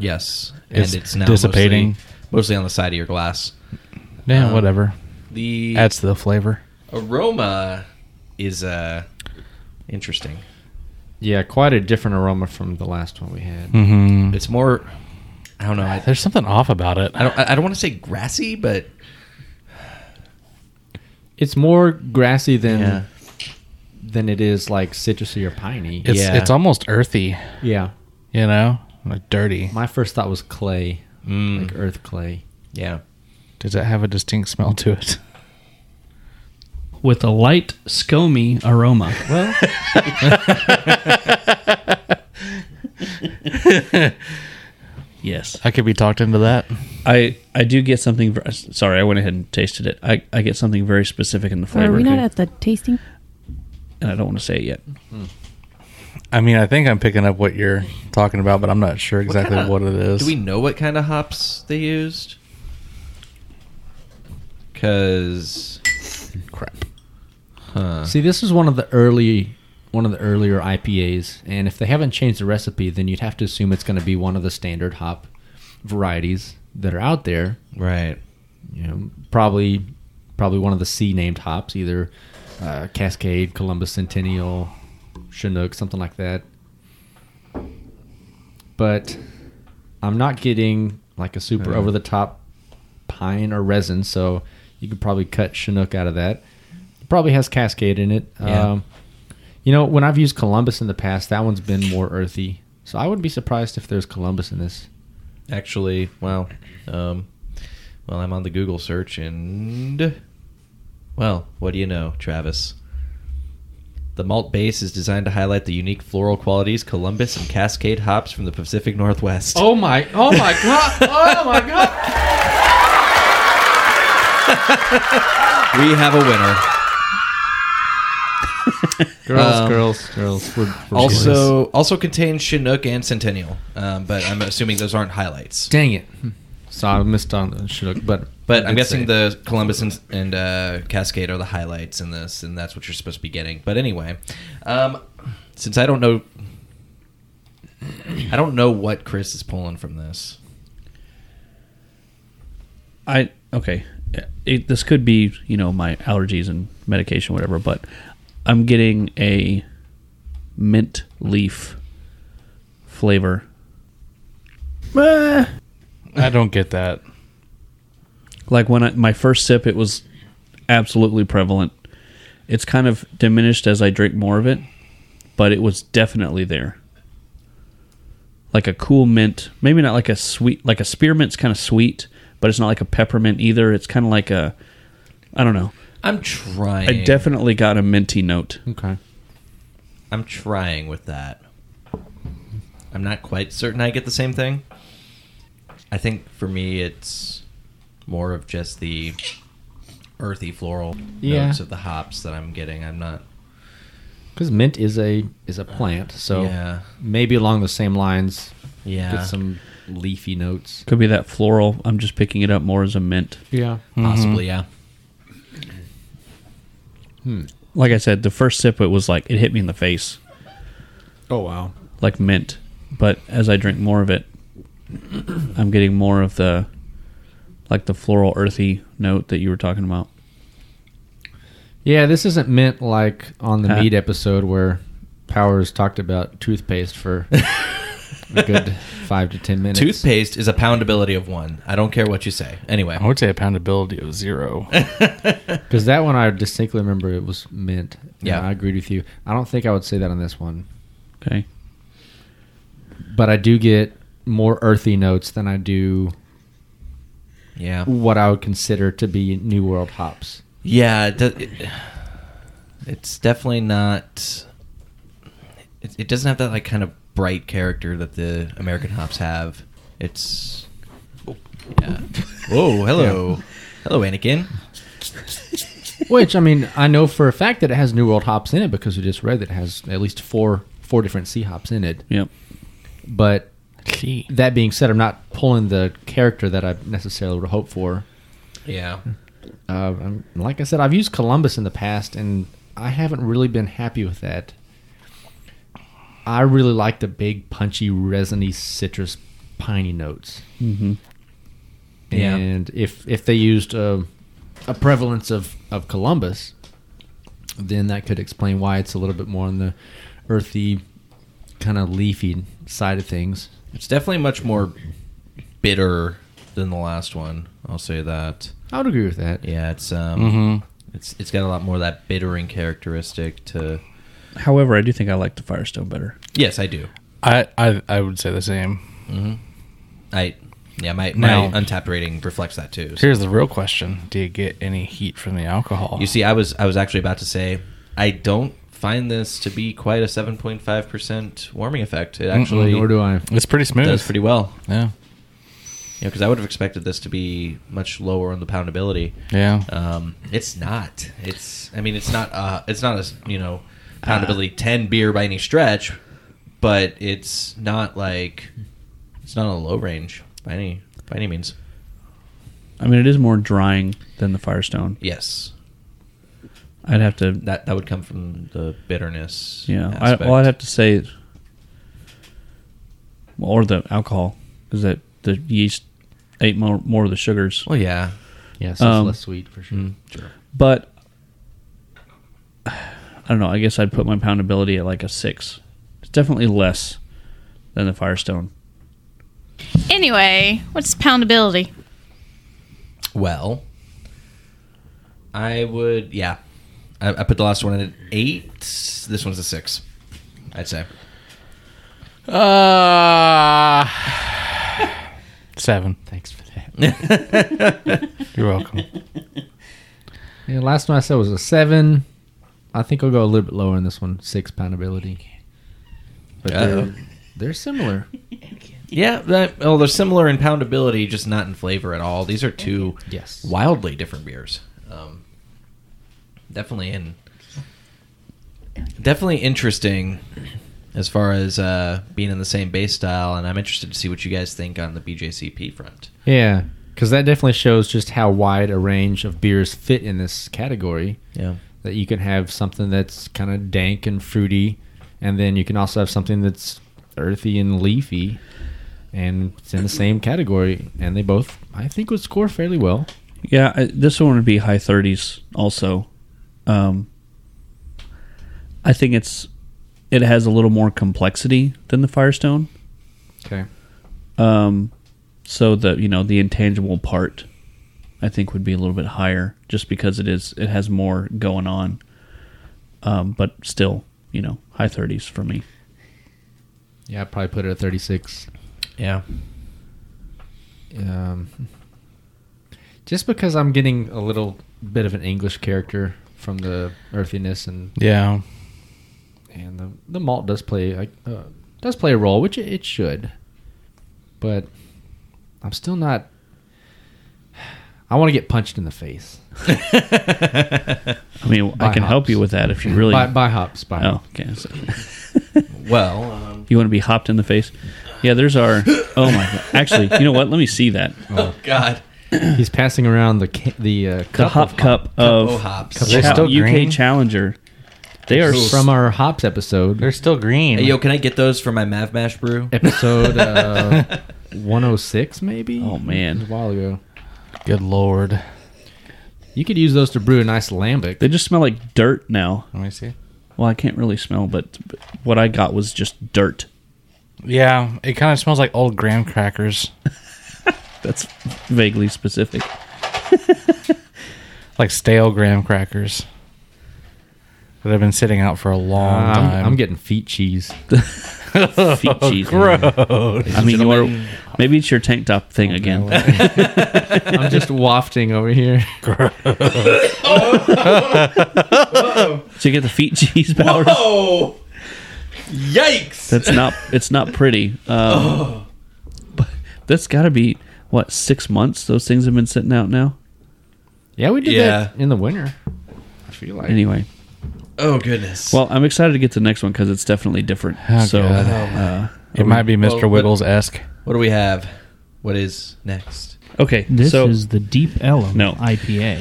A: Yes,
C: It's
A: and it's now
C: dissipating.
A: mostly, mostly on the side of your glass.
C: Yeah,
A: Um,
C: whatever.
A: The
C: Adds to the flavor.
A: aroma is uh interesting.
D: Yeah, quite a different aroma from the last one we had.
C: Mm-hmm.
A: It's more. I don't know. I,
C: There's something off about it.
A: I don't. I don't want to say grassy, but
D: It's more grassy than
A: Yeah.
D: than it is like citrusy or piney.
C: It's
A: Yeah.
C: it's almost earthy.
D: yeah.
C: You know, like dirty.
D: My first thought was clay,
A: Mm.
D: like earth clay.
A: yeah.
C: Does it have a distinct smell to it?
I: with a light scomy aroma.
D: Well,
B: Yes.
C: I could be talked into that.
B: I I do get something. ver- Sorry, I went ahead and tasted it. I, I get something very specific in the flavor,
L: the tasting?
B: and I don't want to say it yet.
C: I mean, I think I'm picking up what you're talking about, but I'm not sure exactly
A: kinda-
C: what, it is.
A: Do we know what kind of hops they used? Because
C: crap?
A: huh.
D: see, this is one of the early one of the earlier IPAs, and if they haven't changed the recipe, then you'd have to assume it's going to be one of the standard hop varieties that are out there.
A: right.
D: you know, probably probably one of the C named hops, either uh, Cascade, Columbus Centennial, Chinook, something like that. But I'm not getting like a super
A: Uh.
D: over the top pine or resin, so you could probably cut Chinook out of that. It probably has Cascade in it.
A: Yeah.
D: Um, you know, when I've used Columbus in the past, that one's been more earthy. So I wouldn't be surprised if there's Columbus in this.
A: Actually, wow. Um, well, I'm on the Google search, and well, what do you know, Travis? The malt base is designed to highlight the unique floral qualities Columbus and Cascade hops from the Pacific Northwest.
D: Oh my! Oh my god! Oh my god!
A: We have a winner.
D: Girls,
A: Um,
D: girls, girls. We're, we're jealous.
A: Also, also contains Chinook and Centennial, um, but I'm assuming those aren't highlights.
D: dang it. Hmm. So I missed on the Chinook, but
A: But I'm guessing the Columbus and, and uh, Cascade are the highlights in this, and that's what you're supposed to be getting. But anyway, um, since I don't know, I don't know what Chris is pulling from this.
B: I okay. It, this could be you know my allergies and medication, whatever. But I'm getting a mint leaf flavor,
C: I don't get that.
B: like when I, my first sip it was absolutely prevalent it's kind of diminished as i drink more of it but it was definitely there like a cool mint maybe not like a sweet like a spearmint's kind of sweet but it's not like a peppermint either it's kind of like a i don't know
A: I'm trying.
B: i definitely got a minty note
D: okay.
A: I'm trying with that. I'm not quite certain I get the same thing. I think for me, it's more of just the earthy floral
D: Yeah.
A: notes of the hops that I'm getting. I'm not.
D: Because mint is a is a plant, so
A: Yeah.
D: maybe along the same lines,
A: Yeah.
D: get some leafy notes.
B: could be that floral i'm just picking it up more as a mint
D: Yeah.
A: Possibly, yeah.
B: like i said the first sip it was like it hit me in the face
D: Oh wow.
B: like mint, but as I drink more of it, I'm getting more of the like the floral earthy note that you were talking about.
D: Yeah, this isn't mint like on the
B: Huh.
D: meat episode where Powers talked about toothpaste for a good five to ten minutes.
A: Toothpaste is a poundability of one. I don't care what you say. Anyway,
C: I would say a poundability of zero.
D: Because that one I distinctly remember it was mint.
A: Yeah.
D: I agreed with you. I don't think I would say that on this one.
B: Okay.
D: but I do get more earthy notes than I do
A: yeah,
D: what I would consider to be New World hops.
A: yeah. It, do- it- it's definitely not. It, it doesn't have that like kind of bright character that the American hops have. It's Yeah. Whoa, hello. Hello, Anakin.
D: Which I mean, I know for a fact that it has New World hops in it because we just read that it has at least four four different sea hops in it.
B: Yep.
D: But that being said, I'm not pulling the character that I necessarily would hope for.
A: Yeah.
D: Uh, I'm- like I said, I've used Columbus in the past, and I haven't really been happy with that. I really like the big, punchy, resiny, citrus, piney notes.
B: Mm-hmm.
A: Yeah.
D: And if if they used a, a prevalence of, of Columbus, then that could explain why it's a little bit more on the earthy, kind of leafy side of things.
A: It's definitely much more bitter than the last one. I'll say that.
D: I would agree with that.
A: Yeah, it's um, it's it's got a lot more of that bittering characteristic to.
B: However, I do think I like the Firestone better.
A: Yes, I do.
C: I I, I would say the same.
A: Mm-hmm. I yeah, my
C: Now-
A: my untapped rating reflects that too.
C: Here's the real question: Do you get any heat from the alcohol?
A: You see, I was I was actually about to say I don't find this to be quite a seven point five percent warming effect. It
C: Mm-mm,
A: actually
D: nor do I.
C: It's pretty smooth.
A: Does pretty well.
C: Yeah.
A: Yeah, because I would have expected this to be much lower on the poundability.
C: Yeah.
A: um, it's not. It's. I mean, it's not. Uh, it's not a you know poundability ten beer by any stretch, but it's not like it's not a low range by any by any means.
B: I mean, it is more drying than the Firestone.
A: Yes,
B: I'd have to.
A: that that would come from the bitterness.
B: Yeah. I, well, I'd have to say, well, or the alcohol, is that the yeast ate more, more of the sugars.
A: Well, yeah.
D: Yeah, so
B: Um,
D: it's less sweet for sure.
A: sure.
B: But I don't know. I guess I'd put my poundability at like a six. It's definitely less than the Firestone.
M: Anyway, what's poundability?
A: Well, I would. Yeah, I, I put the last one at an eight. This one's a six. I'd say.
C: Uh, seven.
D: Thanks for
C: that. You're welcome.
D: Yeah, last one I said was a seven. I think I'll go a little bit lower on this one, six poundability. But
A: Uh-oh.
D: they're, they're similar.
A: Yeah, that, well, they're similar in poundability, just not in flavor at all. These are two
D: Yes.
A: wildly different beers. Um, definitely in, definitely interesting as far as uh, being in the same base style. And I'm interested to see what you guys think on the BJCP front.
D: Yeah, because that definitely shows just how wide a range of beers fit in this category.
A: Yeah.
D: That you can have something that's kind of dank and fruity, and then you can also have something that's earthy and leafy, and it's in the same category. And they both, I think, would score fairly well.
B: Yeah, I, this one would be high thirties. Also, um, I think it's it has a little more complexity than the Firestone.
D: Okay.
B: Um, so the you know the intangible part, I think would be a little bit higher just because it is it has more going on. Um, but still, you know, high thirties for me.
D: Yeah, I'd probably put it at 36.
A: Yeah.
D: Um, just because I'm getting a little bit of an English character from the earthiness and
C: Yeah.
D: and the, the malt does play like, uh, does play a role, which it it should. But I'm still not. I want to get punched in the face.
B: I mean, I
D: By
B: can help
D: hops.
B: you with that if you really
D: by, by hops by
B: Oh, okay. So-
A: Well, um,
B: you want to be hopped in the face? Yeah, there's our. Oh my! God. Actually, you know what? Let me see that.
A: oh God,
D: He's passing around the ca- the uh, cup
B: the
D: of
B: hop cup of,
A: oh hops.
D: Cup They're
B: Cha-
D: still
B: UK
C: green?
B: Challenger. They are
D: hops from our hops episode
C: They're still green.
A: Hey, yo, can I get those for my Mav Mash brew?
D: episode uh, 106 maybe.
B: Oh, man.
D: It was a while ago.
C: Good lord.
D: You could use those to brew a nice lambic.
B: they just smell like dirt now.
C: Let me see.
B: Well, I can't really smell, but, but what I got was just dirt.
C: Yeah, it kind of smells like old graham crackers,
B: That's vaguely specific.
C: like stale graham crackers that have been sitting out for a long
D: Uh, I'm-
C: time.
D: I'm, getting feet cheese.
B: Feet cheese.
C: gross.
B: I mean, you are, maybe it's your tank top thing again.
D: I'm just wafting over here.
B: so you get the feet cheese powder.
A: Oh, yikes!
B: Oh. That's not. It's not pretty. Um, but, that's got to be what six months. Those things have been sitting out now.
D: Yeah, we did
A: Yeah.
D: that in the winter. I feel like
B: Anyway,
A: Oh goodness.
B: well, I'm excited to get to the next one because it's definitely different.
C: Oh,
B: so
C: God.
B: uh,
C: It might be
A: Well,
C: Mr.
A: but-
C: Wiggles esque.
A: What do we have? What is next?
B: Okay,
I: This
B: so
I: is the Deep Ellum
B: No.
I: IPA.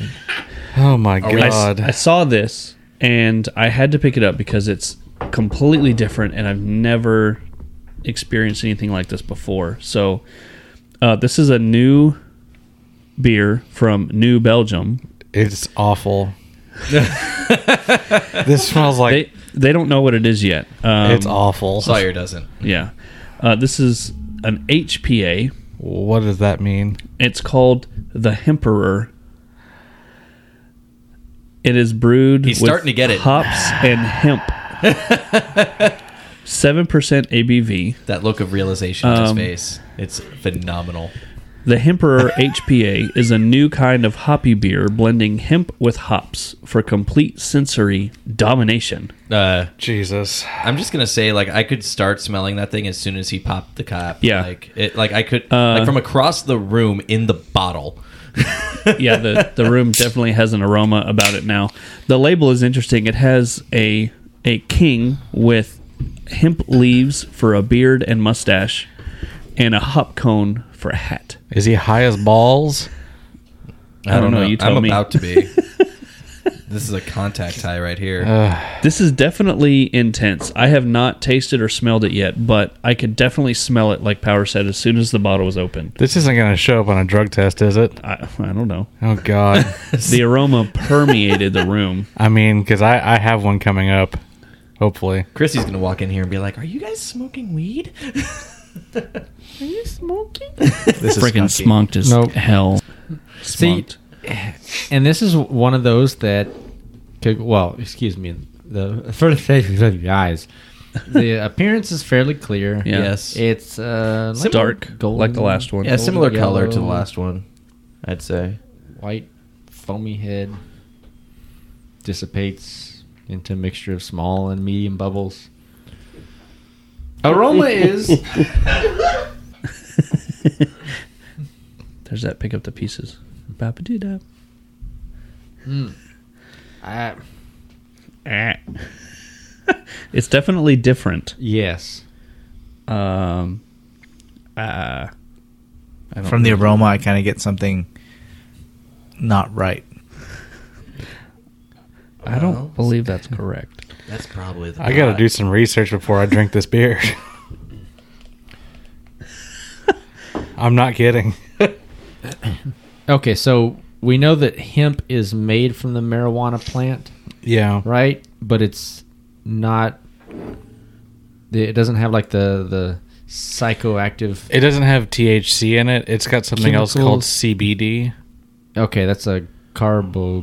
C: Oh my
B: I s- I, saw this and I had to pick it up because it's completely different and I've never experienced anything like this before. So, uh, this is a new beer from New Belgium.
C: It's awful. this smells like
B: They they don't know what it is yet. Um,
C: it's awful.
A: Sawyer doesn't.
B: Yeah. Uh, this is an HPA.
C: What does that mean?
B: It's called the Hemperer. It is brewed
A: He's
B: with
A: starting to get it.
B: hops and hemp. 7% ABV.
A: That look of realization on
B: Um,
A: his face. It's phenomenal.
B: The Hemperer HPA is a new kind of hoppy beer blending hemp with hops for complete sensory domination.
A: Uh,
C: Jesus.
A: I'm just gonna say, like, I could start smelling that thing as soon as he popped the cap.
B: Yeah.
A: like it, like I could,
B: Uh,
A: like from across the room in the bottle.
B: yeah, the, the room definitely has an aroma about it now. The label is interesting. It has a a king with hemp leaves for a beard and mustache, and a hop cone for a hat.
C: Is he high as balls?
B: I don't know, you tell
A: I'm
B: me.
A: about to be. this is a contact tie right here.
B: This is definitely intense. I have not tasted or smelled it yet, but I could definitely smell it. Like Power said, as soon as the bottle was opened,
C: This isn't going to show up on a drug test, is it?
B: I, I don't know.
C: Oh God.
B: The aroma permeated the room.
C: I mean, because I I have one coming up. Hopefully.
A: Chrissy's gonna walk in here and be like, "Are you guys smoking weed?"
C: This is
B: Freaking
C: skunky.
B: smonked as
D: Nope.
B: hell.
D: See,
B: Smonked.
D: and this is one of those that, could, well, excuse me, the for the face of the eyes, the appearance is fairly clear.
B: Yeah.
A: Yes.
D: it's uh, like
B: Dark, like the last one.
A: yeah, similar
D: golden
A: color to the
D: yellow,
A: last one, I'd say.
D: White, foamy head dissipates into a mixture of small and medium bubbles. Aroma is
B: There's that. Pick up the pieces. Ba-ba-dee-da.
D: I,
B: Eh. It's definitely different.
D: yes.
B: Um, uh, I don't
L: From the
B: know.
L: aroma, I kind of get something not right.
B: I don't believe that's correct.
A: That's probably. The
C: I got to
A: pot.
C: do some research before I drink this beer. I'm not kidding.
D: Okay, so we know that hemp is made from the marijuana plant.
C: Yeah.
D: right? But it's not. It doesn't have like the the psychoactive.
C: It doesn't have THC in it. It's got something else called
D: Chemicals.
C: CBD.
D: Okay, that's a carbo.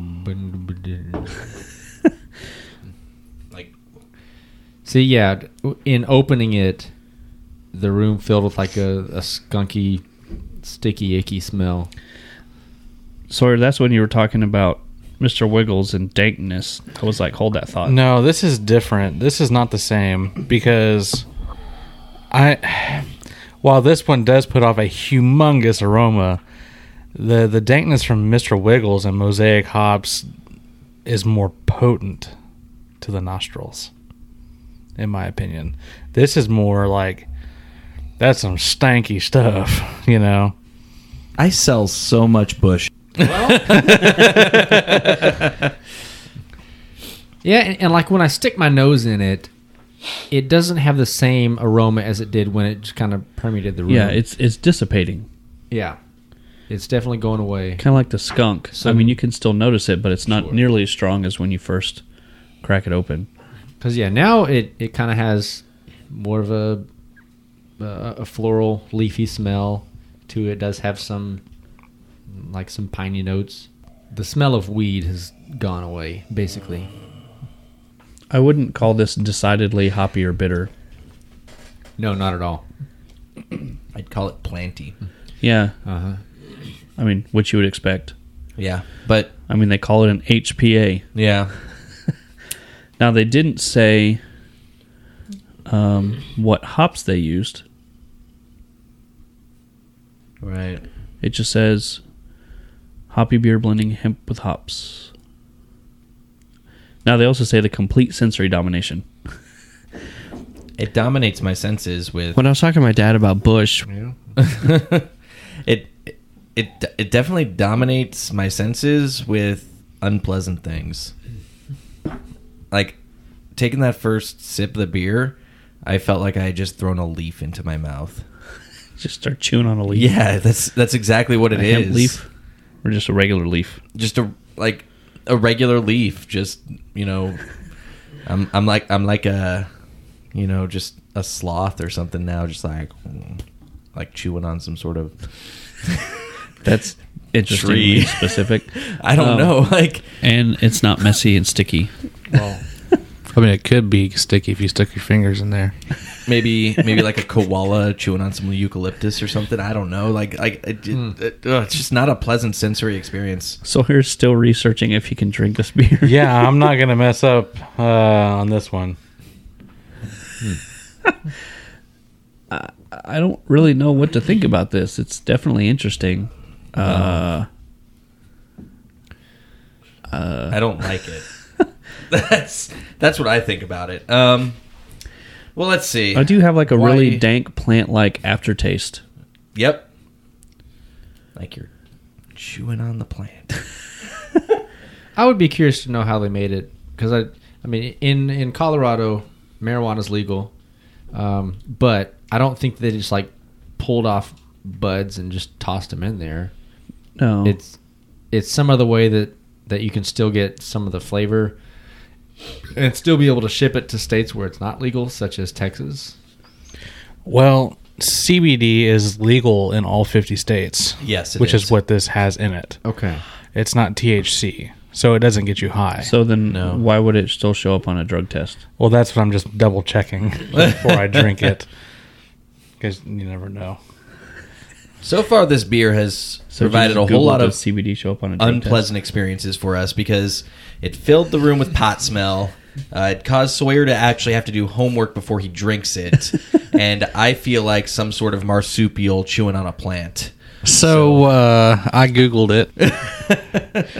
A: Like-
D: see, yeah, in opening it, the room filled with like a, a skunky, sticky, icky smell.
B: Sawyer, that's when you were talking about Mr. Wiggles and dankness. I was like, hold that thought.
C: No, this is different. This is not the same because I while this one does put off a humongous aroma, the the dankness from Mr. Wiggles and Mosaic hops is more potent to the nostrils in my opinion. This is more like that's some stanky stuff, you know.
G: I sell so much bush.
D: Yeah, and, and like when I stick my nose in it, it doesn't have the same aroma as it did when it just kind of permeated the room.
B: Yeah, it's it's dissipating,
D: yeah, it's definitely going away.
B: kind of like the skunk.
D: So-
B: I mean, you can still notice it, but it's not nearly as strong as when you first crack it open.
D: Because yeah, now it, it kind of has more of a uh, a floral leafy smell to it. Does have some like some piney notes. The smell of weed has gone away basically.
B: I wouldn't call this decidedly hoppy or bitter.
D: No, not at all.
A: I'd call it planty.
B: Yeah,
D: Uh huh.
B: I mean, what you would expect.
A: Yeah, but
B: I mean, they call it an HPA.
A: yeah,
B: Now they didn't say um, what hops they used.
A: Right.
B: It just says hoppy beer blending hemp with hops. Now they also say the complete sensory domination.
A: It dominates my senses with
N: When I was talking to my dad about Bush,
A: it it it definitely dominates my senses with unpleasant things. Like taking that first sip of the beer, I felt like I had just thrown a leaf into my mouth.
B: Just start chewing on a leaf.
A: Yeah, that's that's exactly what it
B: A
A: is.
B: hemp leaf or just a regular leaf.
A: Just a like a regular leaf. Just you know, I'm I'm like I'm like a you know just a sloth or something now. Just like like chewing on some sort of
B: That's
A: Tree.
B: interestingly specific.
A: I don't know, like-
B: and it's not messy and sticky.
A: well
N: I mean, it could be sticky if you stuck your fingers in there.
A: maybe maybe like a koala chewing on some eucalyptus or something. I don't know. Like like it,
C: Hmm.
A: it, it- ugh, it's just not a pleasant sensory experience.
B: Sawyer's still researching if he can drink this beer.
C: yeah, I'm not gonna mess up uh, on this one.
B: I don't really know what to think about this. It's definitely interesting.
A: Um,
B: Uh, uh,
A: I don't like it. that's that's what I think about it. Um, well, let's see.
B: I do have like a
A: Why-
B: really dank plant-like aftertaste.
A: Yep. Like you're chewing on the plant.
D: I would be curious to know how they made it because I, I mean, in in Colorado, marijuana is legal, um, but I don't think they just like pulled off buds and just tossed them in there.
B: No.
D: it's it's some other way that that you can still get some of the flavor and still be able to ship it to states where it's not legal, such as Texas.
C: Well, CBD is legal in all 50 states.
A: Yes, it
C: which is.
A: is.
C: what this has in it.
D: Okay.
C: It's not THC, so it doesn't get you high.
B: So then, why would it still show up on a drug test?
C: Well, that's what I'm just double checking before I drink it, because you never know.
A: So far, this beer has
B: So
A: provided
B: just
A: a whole
B: Google
A: lot of
B: does CBD show up on a drug
A: unpleasant experiences for us because it filled the room with pot smell. Uh, it caused Sawyer to actually have to do homework before he drinks it, and I feel like some sort of marsupial chewing on a plant.
L: So uh, I googled it.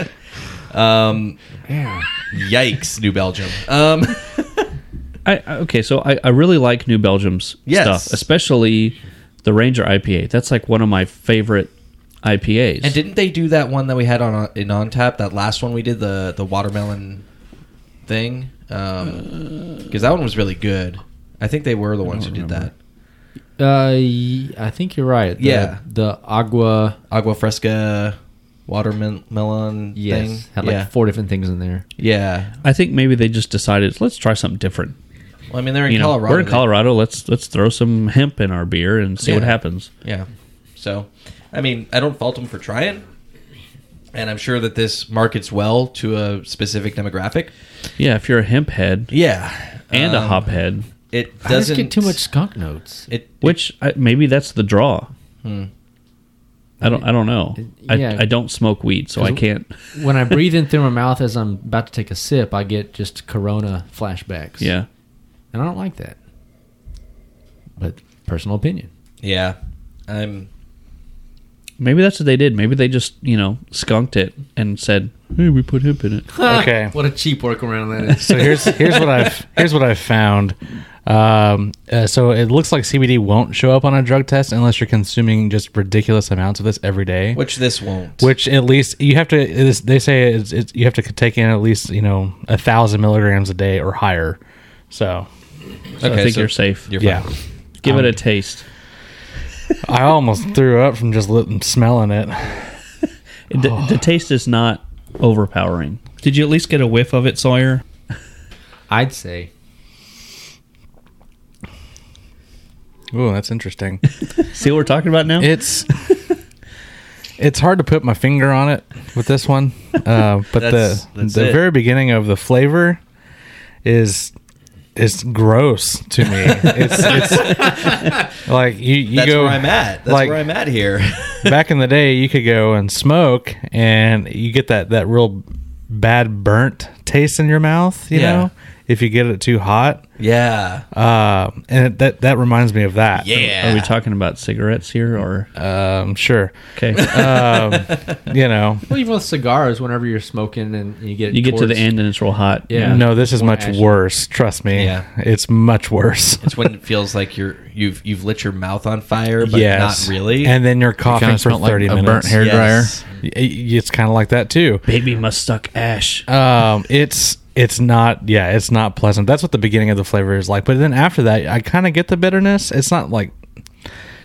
A: Um, yikes, New Belgium. Um,
B: I, I- okay, so I, I really like New Belgium's
A: Yes.
B: stuff, especially the Ranger IPA. That's like one of my favorite IPAs.
A: and didn't they do that one that we had on in on tap? That last one we did the the watermelon thing because that one was really good. Uh, I think they were the ones who did that.
D: Uh, y- I think you're right. The-
A: Yeah.
D: the agua
A: Agua fresca, watermelon
D: yes
A: thing.
D: had like
A: yeah.
D: four different things in there.
A: yeah.
B: I think maybe they just decided let's try something different.
A: Well, I mean, they're in
B: You know,
A: Colorado.
B: we're in
A: They-
B: Colorado. Let's let's throw some hemp in our beer and see what
A: Yeah.
B: happens.
A: Yeah. So, I mean, I don't fault them for trying. And I'm sure that this markets well to a specific demographic.
B: Yeah, if you're a hemp head,
A: Yeah.
B: and a
A: Um,
B: hop head,
A: It
D: I just
A: doesn't
D: get too much skunk notes.
A: It
B: which I, maybe that's the draw.
A: Hmm.
B: I don't I don't know.
D: Yeah.
B: I, I don't smoke weed, so I
D: 'Cause
B: can't.
D: when I breathe in through my mouth as I'm about to take a sip, I get just Corona flashbacks.
B: Yeah.
D: and I don't like that. But personal opinion.
A: Yeah. I'm
B: Maybe that's what they did. Maybe they just, you know, skunked it and said, hey, we put hemp in it.
C: Okay.
D: what a cheap workaround that is.
C: So here's here's what I've here's what I've found. Um, uh, so it looks like CBD won't show up on a drug test unless you're consuming just ridiculous amounts of this every day.
A: which this won't.
C: Which at least you have to. it is- They say it's, it's, you have to take in at least you know a thousand milligrams a day or higher. So
B: So I think you're safe.
A: You're
C: yeah,
A: fine.
B: Give it
C: Um,
B: a taste.
C: I almost threw up from just lit- smelling it.
B: The, the taste is not overpowering. Did you at least get a whiff of it, Sawyer?
D: I'd say
C: Ooh, that's interesting.
B: See what we're talking about now?
C: It's it's hard to put my finger on it with this one, uh, but
A: That's-
C: the
A: that's
C: the
A: it.
C: very beginning of the flavor is is gross to me. it's, it's like you you
A: That's
C: go
A: where I'm at. That's
C: like,
A: where I'm at here.
C: back in the day, you could go and smoke, and you get that that real bad burnt taste in your mouth. You
A: Yeah.
C: know, if you get it too hot.
A: Yeah.
C: Um, and it, that that reminds me of that.
B: Are we talking about cigarettes here, or
C: um, sure?
B: Okay.
C: Um, you know,
D: Well, even with cigars, whenever you're smoking and you get
B: You get to the
D: towards-
B: end and it's real hot.
D: Yeah.
C: no, this is
D: More
C: much
D: ashy.
C: worse. Trust me.
A: Yeah.
C: It's much worse.
A: It's when it feels like you're you've you've lit your mouth on fire, but
C: yes.
A: not really.
C: And then you're coughing
N: kinda
C: for
N: smelled like
C: 30
N: a burnt
C: minutes.
N: hair
A: Yes.
C: Y- y- It's kind of like that too.
B: Baby must suck ash.
C: Um, it's it's not yeah, it's not pleasant. That's what the beginning of the flavor is like. But then after that, I kind of get the bitterness. It's not like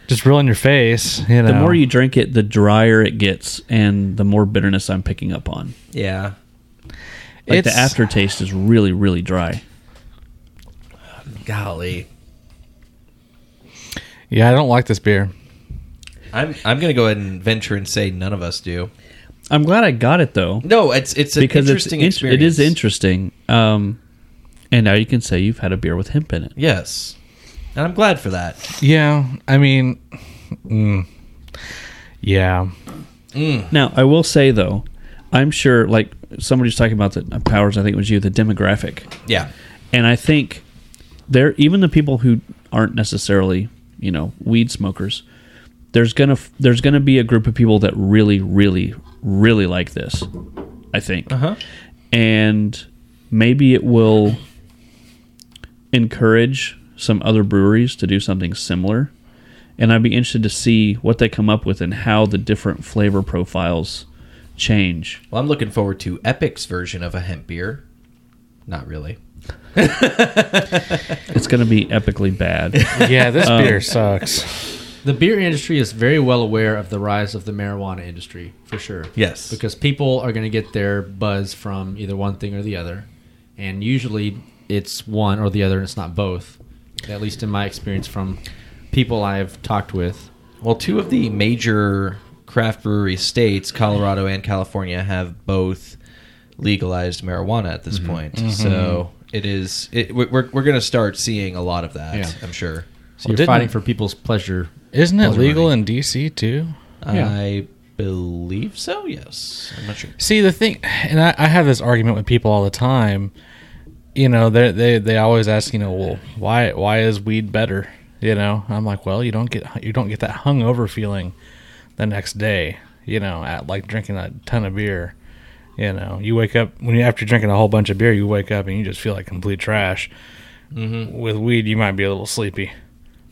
C: just real in your face. You know,
B: The more you drink it, the drier it gets, and the more bitterness I'm picking up on.
A: yeah,
B: Like
A: It's-
B: the aftertaste is really, really dry.
A: golly,
C: yeah, I don't like this beer.
A: I'm I'm gonna go ahead and venture and say none of us do.
B: I'm glad I got it though,
A: No, it's it's an
B: because it's
A: interesting
B: in-
A: experience.
B: it is interesting. Um, and now you can say you've had a beer with hemp in it.
A: Yes, and I'm glad for that.
C: Yeah, I mean, mm, yeah,
B: Now, I will say though, I'm sure like somebody's talking about the uh, powers. I think it was you, the demographic,
A: Yeah,
B: and I think there even the people who aren't necessarily you know weed smokers. There's gonna f- there's gonna be a group of people that really really really like this. I think,
A: Uh-huh.
B: and maybe it will encourage some other breweries to do something similar. And I'd be interested to see what they come up with and how the different flavor profiles change.
A: Well, I'm looking forward to Epic's version of a hemp beer. Not really.
B: It's going to be epically bad.
C: yeah. This
B: Um,
C: beer sucks.
D: The beer industry is very well aware of the rise of the marijuana industry, for sure.
A: Yes.
D: Because people are going to get their buzz from either one thing or the other. And usually it's one or the other, and it's not both. At least in my experience from people I've talked with.
A: Well, two of the major craft brewery states, Colorado and California, have both legalized marijuana at
B: Mm-hmm.
A: this point. So it is. It, we- we're we're going to start seeing a lot of that.
D: Yeah.
A: I'm sure.
D: So
C: Well,
D: you're
C: didn't-
D: fighting for people's pleasure.
C: Isn't it
D: pleasure
C: legal
D: money.
C: in DC too?
A: I believe so. Yes. I'm not sure.
C: See the thing, and I, I have this argument with people all the time. You know, they they they always ask, you know, well, why why is weed better? You know, I'm like, well, you don't get you don't get that hungover feeling the next day. You know, at like drinking a ton of beer. You know, you wake up when you after drinking a whole bunch of beer, you wake up and you just feel like complete trash.
A: Mm-hmm.
C: With weed, you might be a little sleepy.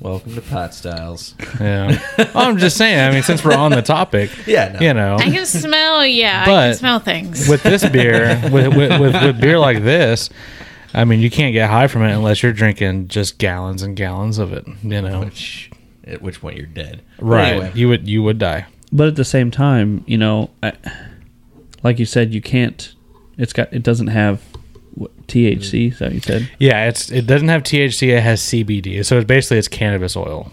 A: Welcome to Pot Styles.
C: Yeah, I'm just saying. I mean, since we're on the topic,
A: Yeah, no.
C: you know,
F: I can smell. Yeah, I
C: But-
F: can smell things.
C: with this beer, with, with, with, with beer like this, I mean, you can't get high from it unless you're drinking just gallons and gallons of it. You know,
A: Which at which point you're dead. But
C: right?
A: anyway.
C: You would you would die.
B: but at the same time, you know, I, like you said, you can't. It's got. It doesn't have what, THC. Is that what you said?
C: Yeah, it's it doesn't have THC. It has CBD. So it's basically it's cannabis oil.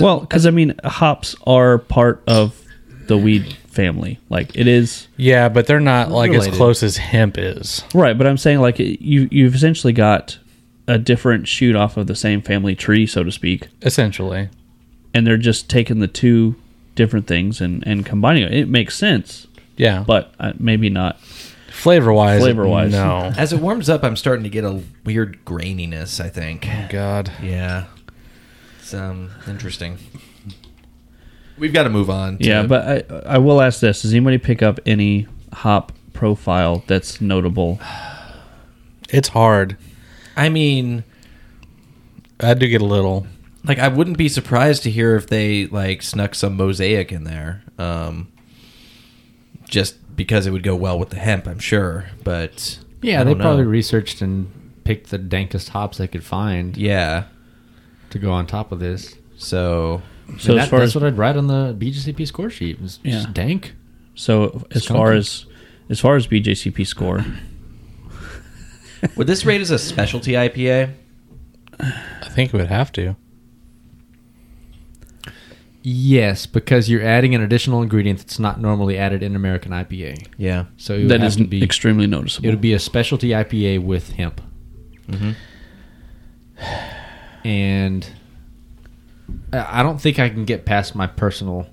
B: well, because I mean, hops are part of the weed family. Like it is
C: Yeah, but they're not like
D: Related.
C: as close as hemp is.
B: right. But I'm saying like it, you you've essentially got a different shoot off of the same family tree, so to speak,
C: Essentially,
B: and they're just taking the two different things and and combining it. It makes sense,
C: yeah. But
B: but uh, maybe not.
C: flavor wise,
B: Flavor-wise.
C: no.
A: As it warms up, I'm starting to get a weird graininess. I think.
C: God,
A: Yeah. It's um, interesting. We've got to move on. to-
B: Yeah, but I I will ask this: Does anybody pick up any hop profile that's notable?
C: it's hard.
A: I mean,
C: I do get a little.
A: like, I wouldn't be surprised to hear if they like snuck some mosaic in there, um, just because it would go well with the hemp, I'm sure. But
D: Yeah,
A: I
D: they
A: don't know.
D: probably researched and picked the dankest hops they could find
A: yeah.
D: to go on top of this.
A: So
B: So
D: So
B: as far
D: that's
B: as
D: what I'd write on the BGCP score sheet. It's
B: Yeah.
D: just dank.
B: So as far as as far as BJCP score,
A: would this rate as a specialty IPA?
C: I think it would have to.
D: Yes, because you're adding an additional ingredient that's not normally added in American IPA.
A: Yeah.
D: So it would
B: that
D: have
B: is
D: to be
B: extremely noticeable.
D: it would be a specialty IPA with hemp.
B: Mm-hmm.
D: And I I don't think I can get past my personal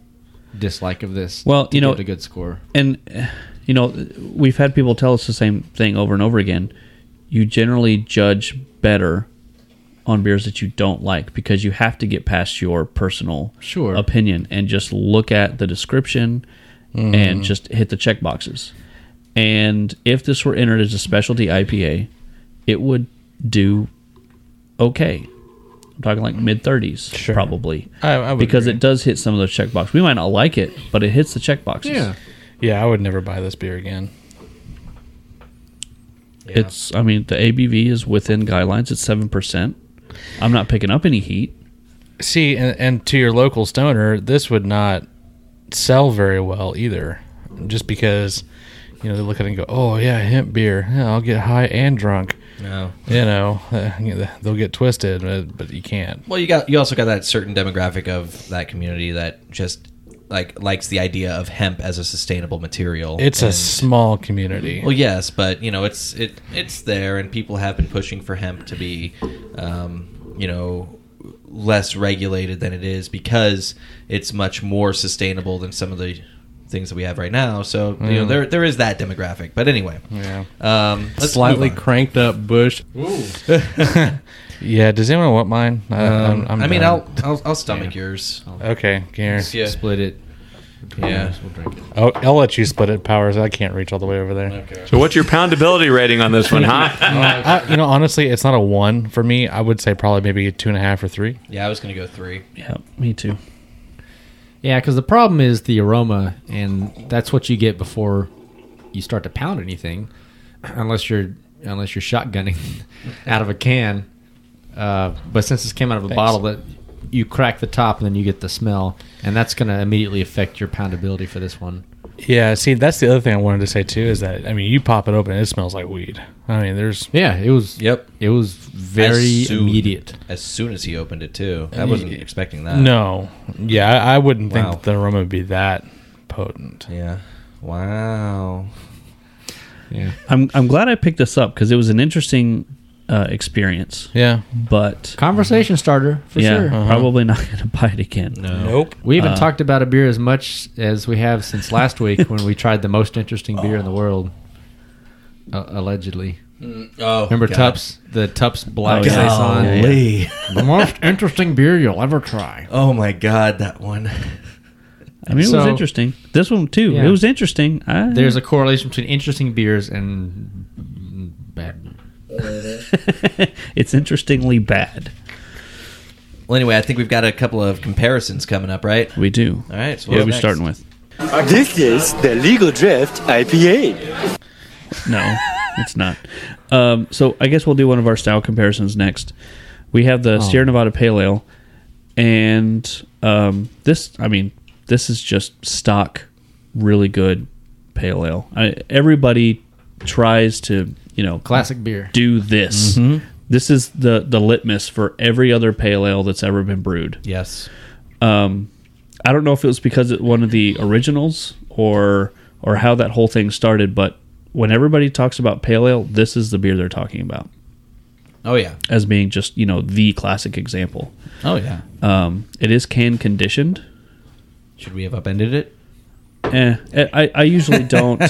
D: dislike of this.
B: Well,
D: to
B: you know-
D: get a good score.
B: and uh, you know, we've had people tell us the same thing over and over again. you generally judge better on beers that you don't like because you have to get past your personal
D: Sure.
B: opinion and just look at the description
D: Mm.
B: and just hit the check boxes. And if this were entered as a specialty IPA, it would do okay. I'm talking like mid 30s, probably.
C: I- I would
B: because it does hit some of those check boxes. We might not like it, but it hits the check boxes.
K: Yeah, I would never buy this beer again.
B: It's, I mean, the ABV is within guidelines. It's 7%. I'm not picking up any heat.
C: See, and, and to your local stoner, this would not sell very well either, just because you know they look at it and go, "Oh yeah, hemp beer. Yeah, I'll get high and drunk."
A: No.
C: you know uh, you know, they'll get twisted, uh, but you can't.
A: Well, you got you also got that certain demographic of that community that just like likes the idea of hemp as a sustainable material.
C: It's a
A: And-
C: small community.
A: Well, yes, but you know, it's it it's there, and people have been pushing for hemp to be, um, you know, less regulated than it is because it's much more sustainable than some of the things that we have right now. So you know,
O: Mm.
A: there there is that demographic. But anyway,
C: Yeah.
A: um, let's
O: Slightly
A: move on.
O: cranked up bush.
C: yeah, does anyone want mine? I,
A: Um,
C: I'm- I'm
A: I mean, I'll,
C: done.
A: I'll I'll stomach yours.
C: Okay, here.
A: Yeah.
D: Split it.
A: Yeah.
D: We'll drink it.
C: I'll, I'll let you split it, Powers. I can't reach all the way over there.
P: So what's your poundability rating on this one, huh?
C: I, you know, honestly, it's not a one for me. I would say probably maybe a two and a half or three.
A: Yeah, I was gonna go three.
B: Yeah, me too.
D: Yeah, because the problem is the aroma, and that's what you get before you start to pound anything, unless you're unless you're shotgunning out of a can. Uh, but since this came out of a
B: Thanks.
D: bottle, that you crack the top and then you get the smell, and that's going to immediately affect your poundability for this one.
C: Yeah, see, that's the other thing I wanted to say too is that I mean, you pop it open, and it smells like weed. I mean, there's
D: yeah, it was
A: yep,
D: it was very
A: As soon-
D: immediate.
A: As soon as he opened it, too, I wasn't expecting that.
C: No, yeah, I, I wouldn't
A: Wow.
C: think that the aroma would be that potent.
A: Yeah. Wow.
D: Yeah.
B: I'm I'm glad I picked this up because it was an interesting uh, experience.
C: Yeah.
B: But
D: Conversation starter for
B: yeah, uh-huh.
D: sure.
B: probably not going to buy it again. No.
D: We haven't
B: Uh,
D: talked about a beer as much as we have since last week when we tried the most interesting beer
A: Oh.
D: in the world, uh, allegedly.
A: Mm, oh,
D: remember
A: God.
D: Tups? The Tups Black
A: Oh, yeah.
D: Saison.
A: Golly.
D: the most interesting beer you'll ever try.
A: Oh my God, that one.
B: I mean, it was
D: So-
B: interesting. This one too.
D: Yeah.
B: It was interesting. I,
D: There's a correlation between interesting beers and bad. beer.
B: it's interestingly bad.
A: Well, anyway, I think we've got a couple of comparisons coming up, right?
B: We do.
A: All right. So
B: What are
A: what's
B: we
A: next?
B: starting with?
Q: This is the Legal Drift IPA.
B: No, it's not. Um, so I guess we'll do one of our style comparisons next. We have the
R: Oh.
B: Sierra Nevada Pale Ale, and um, this. I mean, this is just stock, really good pale ale. I, everybody tries to, you know,
D: Classic beer.
B: Do this.
D: Mhm.
B: This is the the litmus for every other pale ale that's ever been brewed.
A: Yes.
B: Um, I don't know if it was because it one of the originals or or how that whole thing started, but when everybody talks about pale ale, this is the beer they're talking about
A: Oh yeah.
B: as being just you know the classic example.
A: Oh, yeah.
B: Um, it is can conditioned.
A: Should we have upended it?
B: Eh, I, I usually don't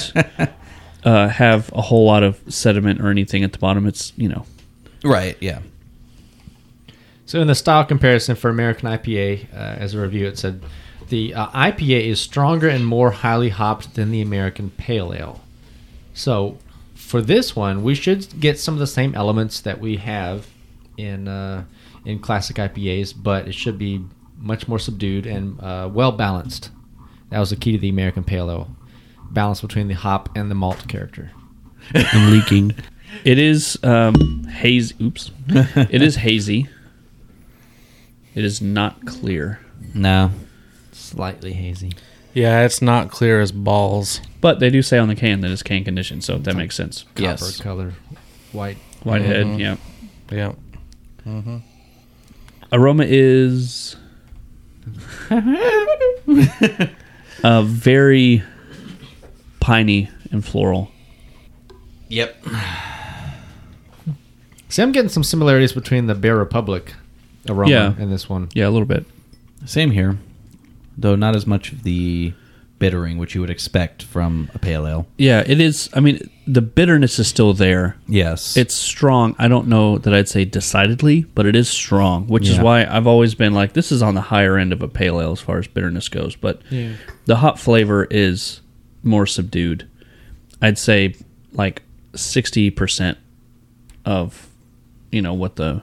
B: uh, have a whole lot of sediment or anything at the bottom. It's you know
A: Right. Yeah.
D: So in the style comparison for American IPA, uh, as a review, it said the uh, IPA is stronger and more highly hopped than the American Pale Ale. So for this one, we should get some of the same elements that we have in uh, in classic IPAs, but it should be much more subdued and uh, well balanced. That was the key to the American Pale Ale: balance between the hop and the malt character.
B: I'm leaking. It is um, haze. Oops. It is hazy. It is not clear.
A: No.
D: Slightly hazy.
C: Yeah, it's not clear as balls.
B: But they do say on the can that it's can conditioned, so that makes sense.
D: Copper color, white.
B: Whitehead,
D: Mhm.
B: yeah.
C: Yeah. Mm-hmm.
B: Aroma is uh, very piney and floral.
A: Yep.
D: See, I'm getting some similarities between the Bear Republic aroma
B: Yeah.
D: and this one.
B: Yeah, a little bit.
O: Same here, though not as much of the
A: bittering, which you would expect from a pale ale.
B: Yeah, it is. I mean, the bitterness is still there.
A: Yes.
B: It's strong. I don't know that I'd say decidedly, but it is strong, which is
A: Yeah.
B: why I've always been like, this is on the higher end of a pale ale as far as bitterness goes. But
D: Yeah.
B: the hop flavor is more subdued. I'd say like 60% of, you know, what the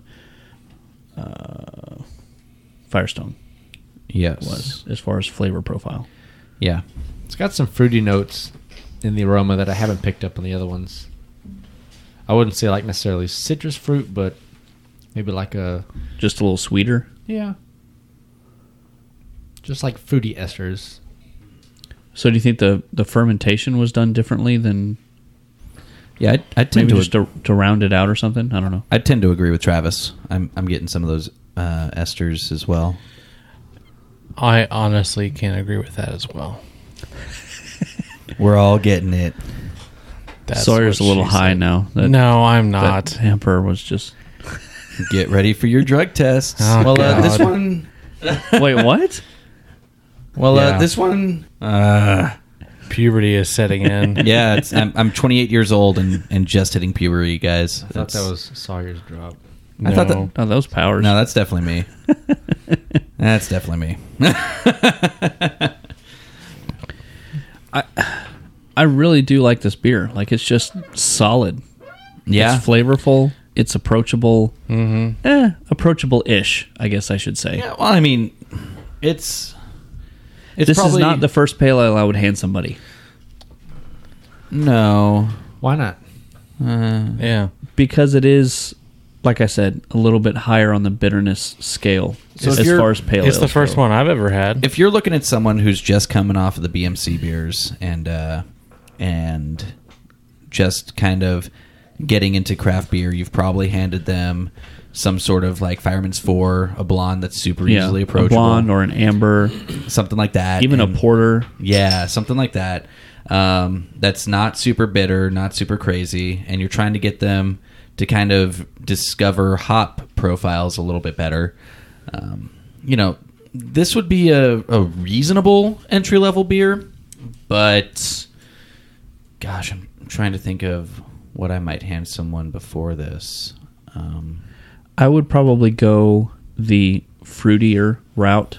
B: uh, Firestone
A: yes.
B: was as far as flavor profile.
A: Yeah.
D: It's got some fruity notes in the aroma that I haven't picked up on the other ones. I wouldn't say like necessarily citrus fruit, but maybe like a
B: Just a little sweeter.
D: yeah, just like fruity esters.
B: So do you think the, the fermentation was done differently than
A: Yeah, I, I tend
B: maybe
A: to
B: just to, to round it out or something? I don't know.
A: I tend to agree with Travis. I'm I'm getting some of those uh, esters as well.
N: I honestly can't agree with that as well.
A: We're all getting it.
B: Sawyer's a
N: what
B: little
N: she
B: high
N: said.
B: now.
N: No, I'm
B: that
N: not.
B: Emperor was just.
A: Get ready for your drug tests.
N: Oh,
A: well, uh, this
N: God.
A: one.
B: Wait, what?
A: Well,
N: Yeah.
A: uh, this one.
N: Uh, puberty is setting in.
A: Yeah, it's, I'm, I'm 28 years old and, and just hitting puberty, guys.
D: I thought that was Sawyer's drop.
A: I thought
N: No.
A: that.
B: Oh, those powers.
A: No, that's definitely me. that's definitely me.
B: I really do like this beer. Like it's just solid.
A: Yeah.
B: it's flavorful. It's approachable.
N: Mm-hmm.
B: Eh, approachable ish. I guess I should say.
A: Yeah, well, I mean, it's. It's
B: this
A: probably,
B: is not the first pale ale I would hand somebody
A: No.
D: Why not?
A: Uh,
N: Yeah.
B: because it is, like I said, a little bit higher on the bitterness scale
A: So if
B: as
A: you're-
B: far as pale.
N: It's the
B: ales
N: first
B: go.
N: one I've ever had.
A: if you're looking at someone who's just coming off of the BMC beers and uh, and just kind of getting into craft beer, you've probably handed them some sort of like Fireman's Four, a blonde that's super
B: Yeah,
A: easily
B: a
A: approachable,
B: blonde or an amber,
A: something like that,
B: even
A: and-
B: a porter.
A: yeah, something like that. Um, that's not super bitter, not super crazy, and you're trying to get them to kind of discover hop profiles a little bit better. Um, you know, this would be a, a reasonable entry level beer, but gosh, I'm trying to think of what I might hand someone before this. Um,
B: I would probably go the fruitier route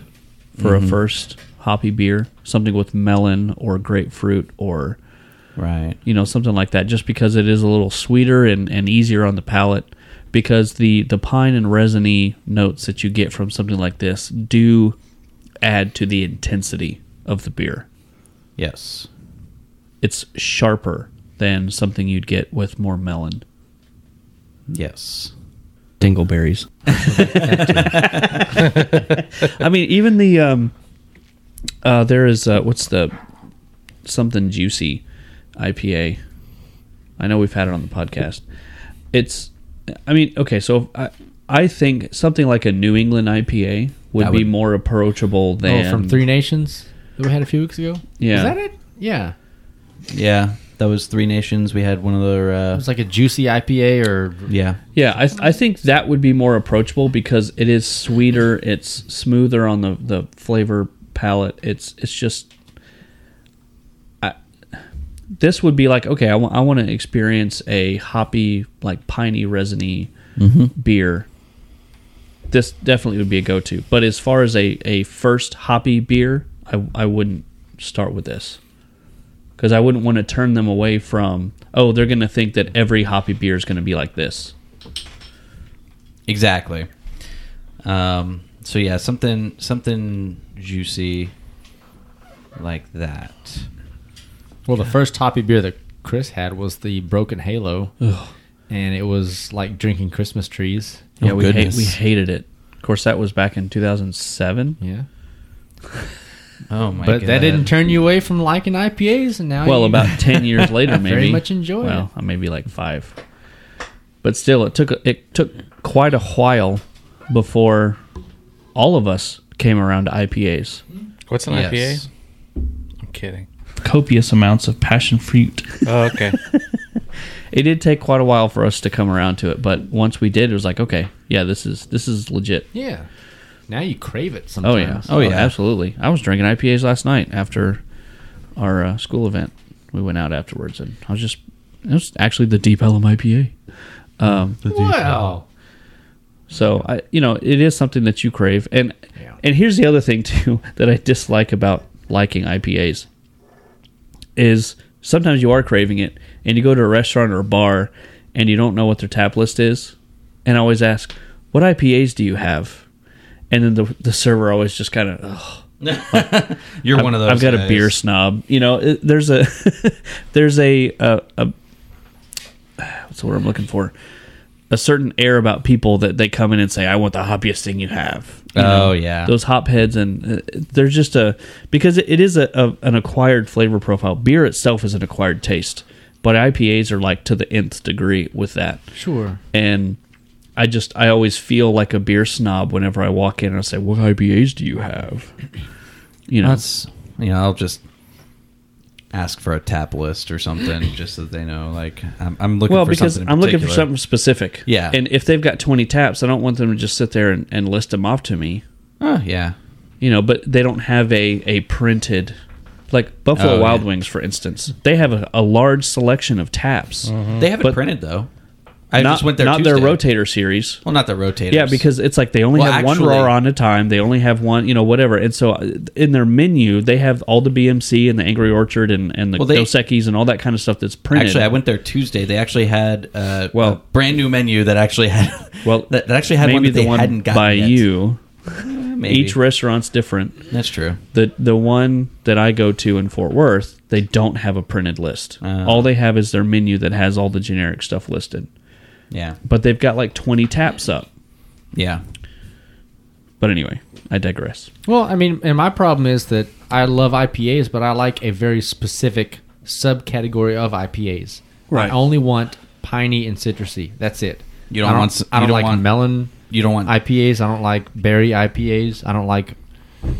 B: for a first hoppy beer, something with melon or grapefruit or
A: right.
B: you know something like that, just because it is a little sweeter and, and easier on the palate. Because the the pine and resiny notes that you get from something like this do add to the intensity of the beer.
A: Yes.
B: It's sharper than something you'd get with more melon.
A: Yes.
B: dingleberries. I mean, even the um, uh, there is uh, what's the something juicy IPA. I know we've had it on the podcast. It's, I mean, okay, so I I think something like a New England IPA would,
A: That
B: be
A: would-
B: more approachable than
D: oh, from Three Nations that we had a few weeks ago.
B: Yeah.
D: is that it? Yeah,
A: Yeah. That was Three Nations. We had one of their.
D: it
A: Uh,
D: was like a juicy IPA or
A: yeah.
B: Yeah, I, I think that would be more approachable because it is sweeter, it's smoother on the, the flavor palette. It's it's just I, this would be like okay, I want to experience a hoppy, like piney, resiny beer. This definitely would be a go to. But as far as a, a first hoppy beer, I, I wouldn't start with this because I wouldn't want to turn them away from. Oh, they're going to think that every hoppy beer is going to be like this.
A: Exactly. Um, so yeah, something something juicy like that.
D: Well, the first hoppy beer that Chris had was the Broken Halo, and it was like drinking Christmas trees.
B: Yeah, we hate,
A: Oh, goodness.
B: we hated it. Of course, that was back in 2007.
D: Yeah,
A: Oh my
D: but that didn't turn you away from liking IPAs, and now
B: Well,
D: you
B: about 10 years later, maybe.
D: very much enjoy
B: Well, uh, maybe like five. But still, it took it took quite a while before all of us came around to IPAs.
N: What's an
A: Yes.
N: IPA? I'm kidding.
B: Copious amounts of passion fruit.
N: Oh, okay.
B: It did take quite a while for us to come around to it, but once we did, it was like, okay, yeah, this is this is legit.
D: it. Yeah, now you crave it
B: Oh
D: sometimes.
B: yeah.
A: Oh, yeah.
B: absolutely. I was drinking IPAs last night after our uh, school event. We went out afterwards, and I was just it was actually the Deep Elm IPA. Um,
D: Wow.
B: So I, you know, it is something that you crave, and and here's the other thing too that I dislike about liking IPAs is sometimes you are craving it, and you go to a restaurant or a bar, and you don't know what their tap list is, and I always ask, "What IPAs do you have?" And then the the server always just kind of,
A: You're
B: I've-
A: one of those
B: I've got
A: guys.
B: a beer snob. You know, it- there's a there's a, a, a what's the word I'm looking for? A certain air about people that they come in and say, "I want the hoppiest thing you have." You
A: Oh, yeah.
B: those hop heads, and uh, they're just a because it is a, a an acquired flavor profile. Beer itself is an acquired taste, but IPAs are like to the nth degree with that.
D: Sure.
B: and. I just I always feel like a beer snob whenever I walk in and I say, "What IPAs do you have?" You know,
A: That's you know, I'll just ask for a tap list or something just so that they know. Like I'm, I'm looking
B: well
A: for
B: because
A: something. in
B: I'm looking for
A: particular.
B: something specific.
A: Yeah.
B: and if they've got 20 taps, I don't want them to just sit there and, and list them off to me.
A: Oh, yeah.
B: you know, but they don't have a a printed like Buffalo
A: Oh,
B: Wild
A: yeah.
B: Wings, for instance. They have a, a large selection of taps.
A: They have it
B: but
A: printed though. Mm-hmm. I
B: not,
A: just went there.
B: Not
A: Tuesday.
B: their rotator series.
A: Well, not the rotators.
B: Yeah, because it's like they only
A: Well,
B: have one
A: actually-
B: roar on at a time. They only have one, you know, whatever. And so uh, in their menu, they have all the BMC and the Angry Orchard and, and the
A: Well, they-
B: Dos Equis and all that kind of stuff that's printed.
A: Actually, I went there Tuesday. They actually had uh,
B: Well-
A: a brand new menu that actually had
B: well
A: that, that actually had one
B: maybe
A: that they
B: the one
A: hadn't gotten
B: by
A: yet. Ah,
B: you.
A: maybe.
B: Each restaurant's different.
A: That's true.
B: The the one that I go to in Fort Worth, they don't have a printed list.
D: Ah.
B: all they have is their menu that has all the generic stuff listed.
A: Yeah.
B: But they've got like 20 taps up.
A: Yeah.
B: But anyway, I digress.
D: Well, I mean, and my problem is that I love IPAs, but I like a very specific subcategory of IPAs.
A: Right.
D: I only want piney and citrusy. That's it.
A: You don't
D: I don't,
A: want s-
D: I
A: you
D: don't
A: don't
D: like
A: want-
D: melon.
A: You don't want-
D: IPAs. I don't like berry IPAs. I don't like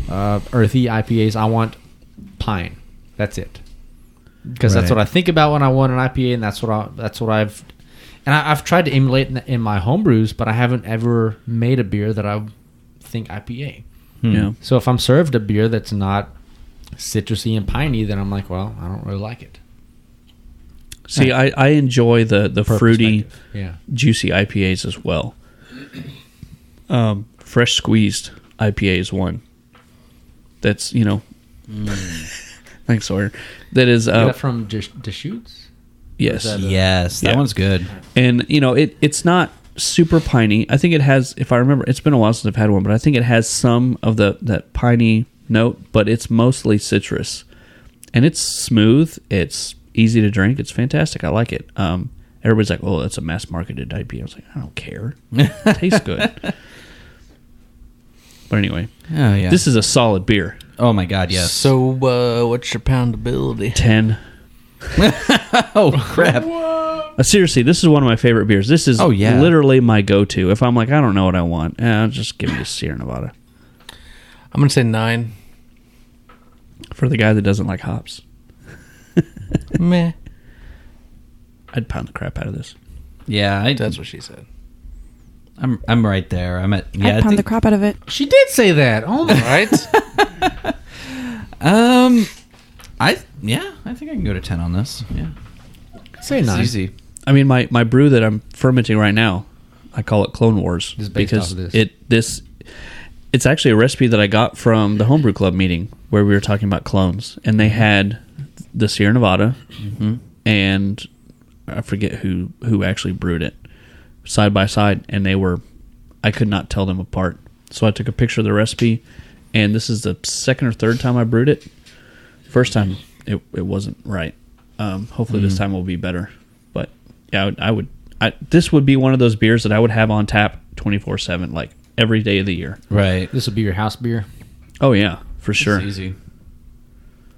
D: uh, earthy IPAs. I want pine. That's it. Because that's
I: Right.
D: what I think about when I want an IPA, and that's what I that's what I've and I, I've tried to emulate in, in my homebrews, but I haven't ever made a beer that I think IPA.
B: Hmm. Yeah.
D: So if I'm served a beer that's not citrusy and piney, then I'm like, well, I don't really like it.
B: See, I, I enjoy the, the
D: Per
B: fruity,
D: perspective, yeah.
B: juicy IPAs as well. Um, fresh squeezed IPA is one. That's, you know,
D: Mm.
B: thanks, Sawyer. That is.
D: Is
B: Uh,
D: that from Dish- Deschutes?
B: Yes.
D: Or is that a-
A: Yes, that uh,
B: Yeah.
A: one's good.
B: And you know, it it's not super piney. I think it has if I remember it's been a while since I've had one, but I think it has some of the that piney note, but it's mostly citrus. And it's smooth, it's easy to drink, it's fantastic. I like it. Um everybody's like, "Oh, that's a mass marketed IPA." I was like, "I don't care. It tastes good." But anyway,
A: Oh, yeah.
B: this is a solid beer.
A: Oh my god, yes.
L: So, uh, what's your poundability?
B: 10
A: oh crap.
B: Uh, seriously, this is one of my favorite beers. This is
A: Oh, yeah.
B: literally my go-to. If I'm like, I don't know what I want, eh, I'll just give me a Sierra Nevada
L: I'm gonna say nine.
B: for the guy that doesn't like hops.
L: Meh.
B: I'd pound the crap out of this.
A: Yeah, I,
L: That's what she said.
A: I'm I'm right there. I'm at yeah. I
O: pound the
A: think-
O: crap out of it.
D: She did say that. Oh my!
L: Right?
A: Um, I yeah, I think I can go to ten on this. Yeah,
D: Say
A: It's
D: nine.
A: easy.
B: I mean, my my brew that I'm fermenting right now, I call it Clone Wars
D: It's based
B: because
D: off of this.
B: it this it's actually a recipe that I got from the homebrew club meeting where we were talking about clones, and they had the Sierra Nevada,
D: Mm-hmm.
B: and I forget who who actually brewed it side by side, and they were I could not tell them apart. So I took a picture of the recipe, and this is the second or third time I brewed it. First time it it wasn't right. Um, hopefully this
N: Mhm.
B: time will be better. But yeah, I would. I would I, this would be one of those beers that I would have on tap twenty four seven, like every day of the year.
A: Right.
D: This would be your house beer,
B: Oh yeah, for sure.
A: It's easy.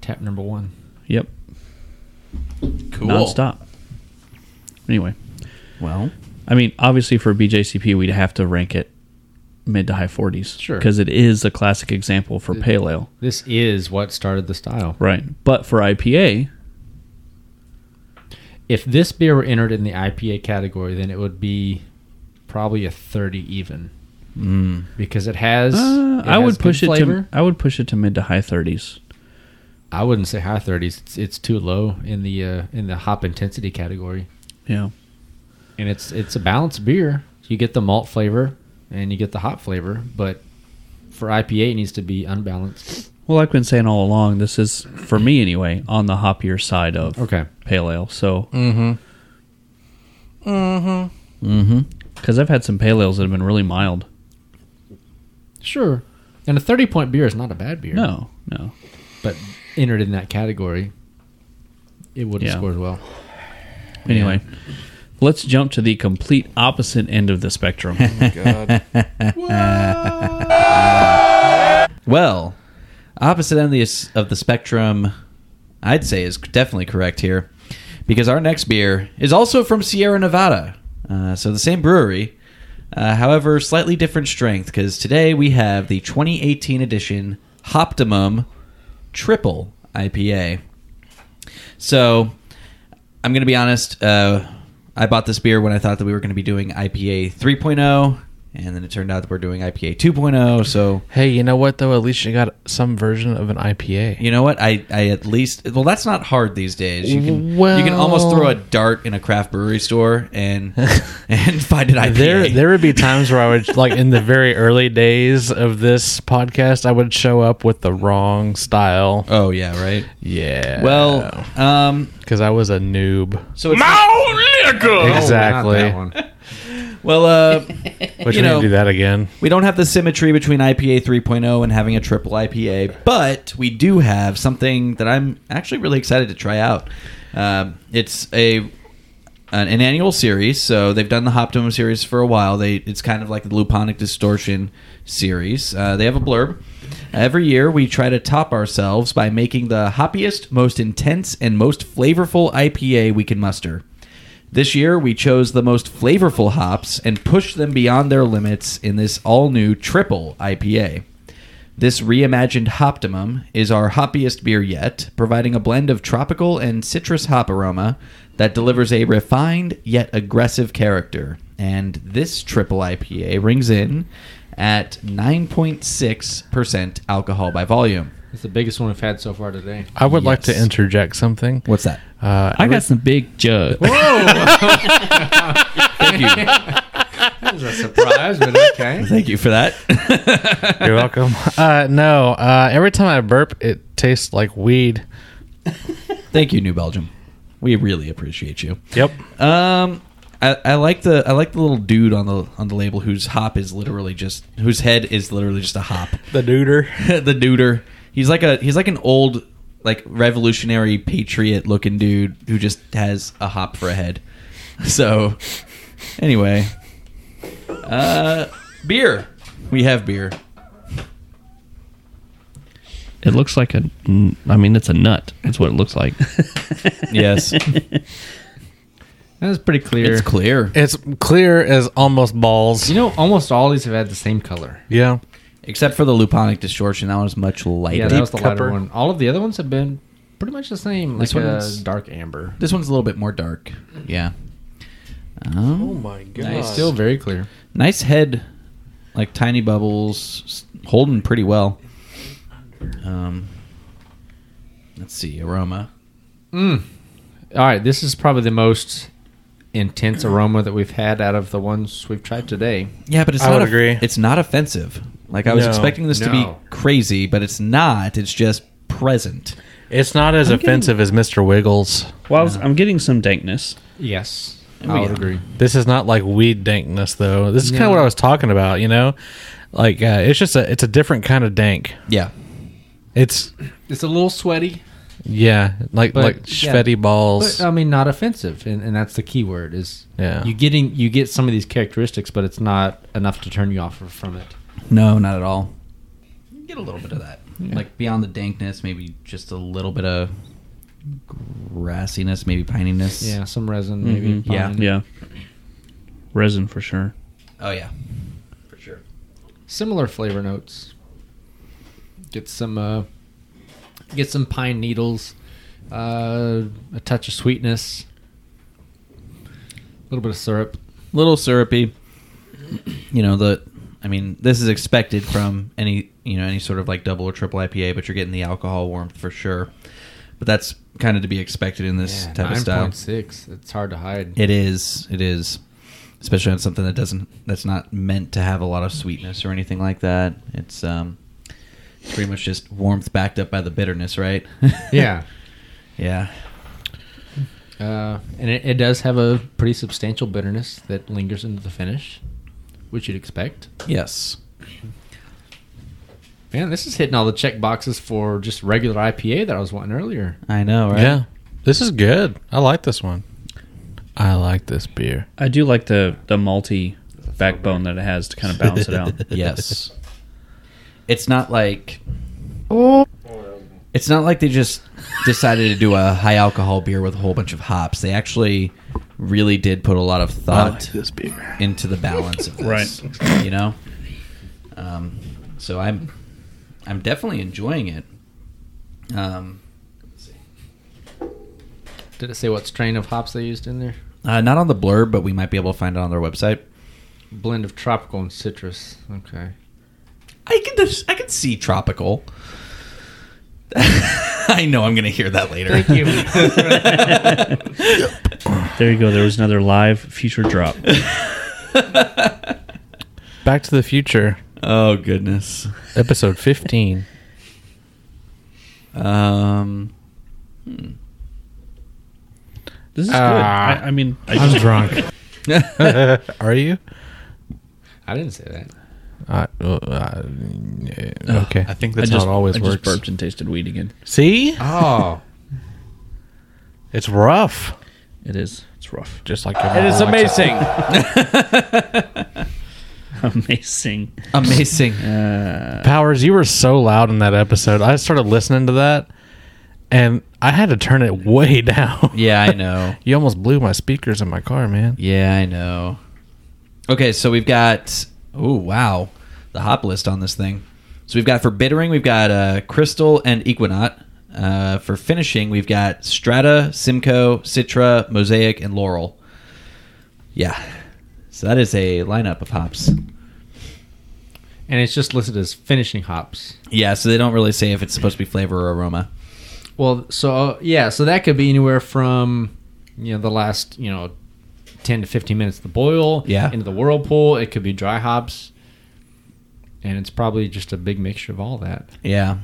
D: tap number one.
B: Yep.
A: Cool.
B: Nonstop. Anyway,
A: Well,
B: I mean, obviously for BJCP, we'd have to rank it mid to high forties,
D: Sure.
B: because it is a classic example for pale ale,
D: This is what started the style.
B: right? But for IPA,
D: If this beer were entered in the IPA category, then it would be probably a thirty even because it has.
B: Uh,
D: it
B: I
D: has
B: would push
D: good
B: it
D: flavor.
B: to I would push it to mid to high thirties.
D: I wouldn't say high thirties. It's, it's too low in the uh, in the hop intensity category.
B: Yeah,
D: and it's it's a balanced beer. You get the malt flavor and you get the hop flavor, but for IPA, it needs to be unbalanced.
B: Well, I've been saying all along, this is for me anyway on the hoppier side of
D: Okay.
B: pale ale. So,
J: Mm-hmm. Mm-hmm.
B: mm-hmm, because I've had some pale ales that have been really mild.
D: Sure, and a thirty point beer is not a bad beer.
B: No, no,
D: but entered in that category, it wouldn't
B: Yeah.
D: score as well.
B: Anyway, let's jump to the complete opposite end of the spectrum.
A: Well, opposite end of the, of the spectrum, I'd say is definitely correct here, because our next beer is also from Sierra Nevada, uh, so the same brewery, uh, however slightly different strength. Because today we have the 2018 edition Hoptimum Triple IPA. So I'm going to be honest. Uh, I bought this beer when I thought that we were going to be doing IPA 3.0, oh, and then it turned out that we're doing IPA 2.0. oh, So
N: Hey, you know what though? At least you got some version of an IPA.
A: You know what? I, I at least well, that's not hard these days. You can you can almost
N: Well-
A: throw a dart in a craft brewery store and and find an IPA.
N: There, there would be times where I would like in the very early days of this podcast, I would show up with the wrong style.
A: Oh yeah, right.
N: Yeah.
A: Well, um,
N: because I was a noob.
A: So it's
C: Oh,
N: exactly.
A: well, uh,
N: Which
A: you
N: we need
A: know,
N: to do that again.
A: We don't have the symmetry between IPA 3.0 and having a triple IPA, but we do have something that I'm actually really excited to try out. Um, it's a an, an annual series, so they've done the Hoptimum series for a while. They it's kind of like the Luponic Distortion series. Uh, they have a blurb. Every year, we try to top ourselves by making the hoppiest, most intense, and most flavorful IPA we can muster. This year, we chose the most flavorful hops and pushed them beyond their limits in this all new triple IPA. This reimagined Hoptimum is our hoppiest beer yet, providing a blend of tropical and citrus hop aroma that delivers a refined yet aggressive character. And this triple IPA rings in at 9.6% alcohol by volume.
D: It's the biggest one we've had so far today.
N: I would like to interject something.
A: What's that?
N: Uh,
B: I got some big jug.
D: Thank
A: you.
D: That was a surprise, but okay.
A: Thank you for that.
N: You're welcome. Uh, no, uh, every time I burp, it tastes like weed.
A: Thank you, New Belgium. We really appreciate you.
N: Yep.
A: Um, I, I like the I like the little dude on the on the label whose hop is literally just whose head is literally just a hop.
N: The duder.
A: the duder. He's like a he's like an old like revolutionary patriot looking dude who just has a hop for a head. So anyway, uh, beer. We have beer.
B: It looks like a. mm, I mean, it's a nut. That's what it looks like.
A: Yes.
D: That was pretty clear.
A: It's clear.
N: It's clear as almost balls.
D: You know, almost all these have had the same color.
N: Yeah.
A: Except for the luponic distortion, that one is much lighter.
D: yeah, that was the lighter one. All of the other ones have been pretty much the same.
A: This
D: Like a
A: one's-
D: dark amber.
A: This one's a little bit more dark. Yeah. Um,
N: Oh my
D: Nice. Still very clear.
A: Nice head, like tiny bubbles, s- holding pretty well. Um, let's see aroma.
D: Mm. All right, this is probably the most intense aroma that we've had out of the ones we've tried today.
A: Yeah, but it's
N: I
A: not.
N: would
A: off-
N: agree.
A: It's not offensive. Like I was
N: No.
A: expecting this to
D: No.
A: be crazy, but it's not. It's just present.
N: It's not as
B: I'm
N: offensive as Mr. Wiggles.
B: Well, I was, I'm getting some dankness.
D: Yes,
A: Oh,
D: I would
A: yeah.
D: agree.
N: This is not like weed dankness though. This is kind
D: No.
N: of what I was talking about, you know? Like uh, it's just a it's a different kind of dank.
A: Yeah.
N: It's
D: It's a little sweaty,
N: yeah, like
D: but
N: like
D: yeah.
N: Schvetty balls.
D: But,
B: um,
D: I mean, not offensive, and, and that's the key word is
N: Yeah.
D: you getting you get some of these characteristics, but it's not enough to turn you off from it.
A: No, not at all. You Get a little bit of that. Like beyond the dankness, maybe just a little bit of grassiness, maybe pininess.
D: Yeah, some resin, maybe.
B: Mhm. Yeah.
D: pine.
B: Yeah. Resin for sure.
A: Oh yeah. For sure.
D: Similar flavor notes. Get some uh, get some pine needles, uh, a touch of sweetness, a little bit of syrup.
A: little syrupy. You know the, I I mean, this is expected from any you know any sort of like double or triple IPA, but you're getting the alcohol warmth for sure. But that's kind of to be expected in this
D: Yeah,
A: type of style.
D: 9.6. It's hard to hide.
A: It is. It is. Especially on something that doesn't that's not meant to have a lot of sweetness or anything like that. It's um it's pretty much just warmth backed up by the bitterness, right?
D: Yeah.
A: yeah.
D: Uh, and it, it does have a pretty substantial bitterness that lingers into the finish, which you'd expect.
A: Yes.
D: Man, this is hitting all the check boxes for just regular IPA that I was wanting earlier.
A: I know, right?
N: Yeah. This is good. I like this one. I like this beer.
B: I do like the the malty backbone that it has to kind of balance it out.
A: yes. It's not like oh. It's not like they just decided to do a high alcohol beer with a whole bunch of hops. They actually really did put a lot of thought into the balance of this. Right. You know? Um, so I'm I'm definitely enjoying it. Um,
D: Did it say what strain of hops they used in there?
A: uh, not on the blurb, but we might be able to find it on their website.
D: Blend of tropical and citrus. Okay.
A: I can I can see tropical. I know I'm going to hear that later.
D: Thank you.
B: There you go. There was another live future drop.
N: Back to the Future.
A: Oh goodness.
N: Episode 15.
A: um
B: This is
N: Ah.
B: good. I, I mean, I
N: I'm drunk. Are you?
D: I didn't say that.
N: I, uh, uh, okay.
B: I think that's I how it just- always I just works. burped and tasted weed again.
N: See?
D: Oh.
N: it's rough.
B: It is. It's rough.
N: Just like
B: It is
N: amazing.
B: amazing.
A: Amazing.
N: Powers, you were so loud in that episode. I started listening to that, and I had to turn it way down.
A: Yeah, I know.
N: you almost blew my speakers in my car, man.
A: Yeah, I know. Okay, so we've got oh wow, the hop list on this thing. So we've got for bittering, we've got uh, Crystal and Equinaut. Uh, for finishing, we've got Strata, Simcoe, Citra, Mosaic, and Laurel. Yeah, so that is a lineup of hops.
D: And it's just listed as finishing hops.
A: Yeah, so they don't really say if it's supposed to be flavor or aroma.
D: Well, so uh, yeah, so that could be anywhere from you know the last you know ten to fifteen minutes of the boil,
A: Yeah.
D: into the whirlpool. It could be dry hops, and it's probably just a big mixture of all that.
A: Yeah.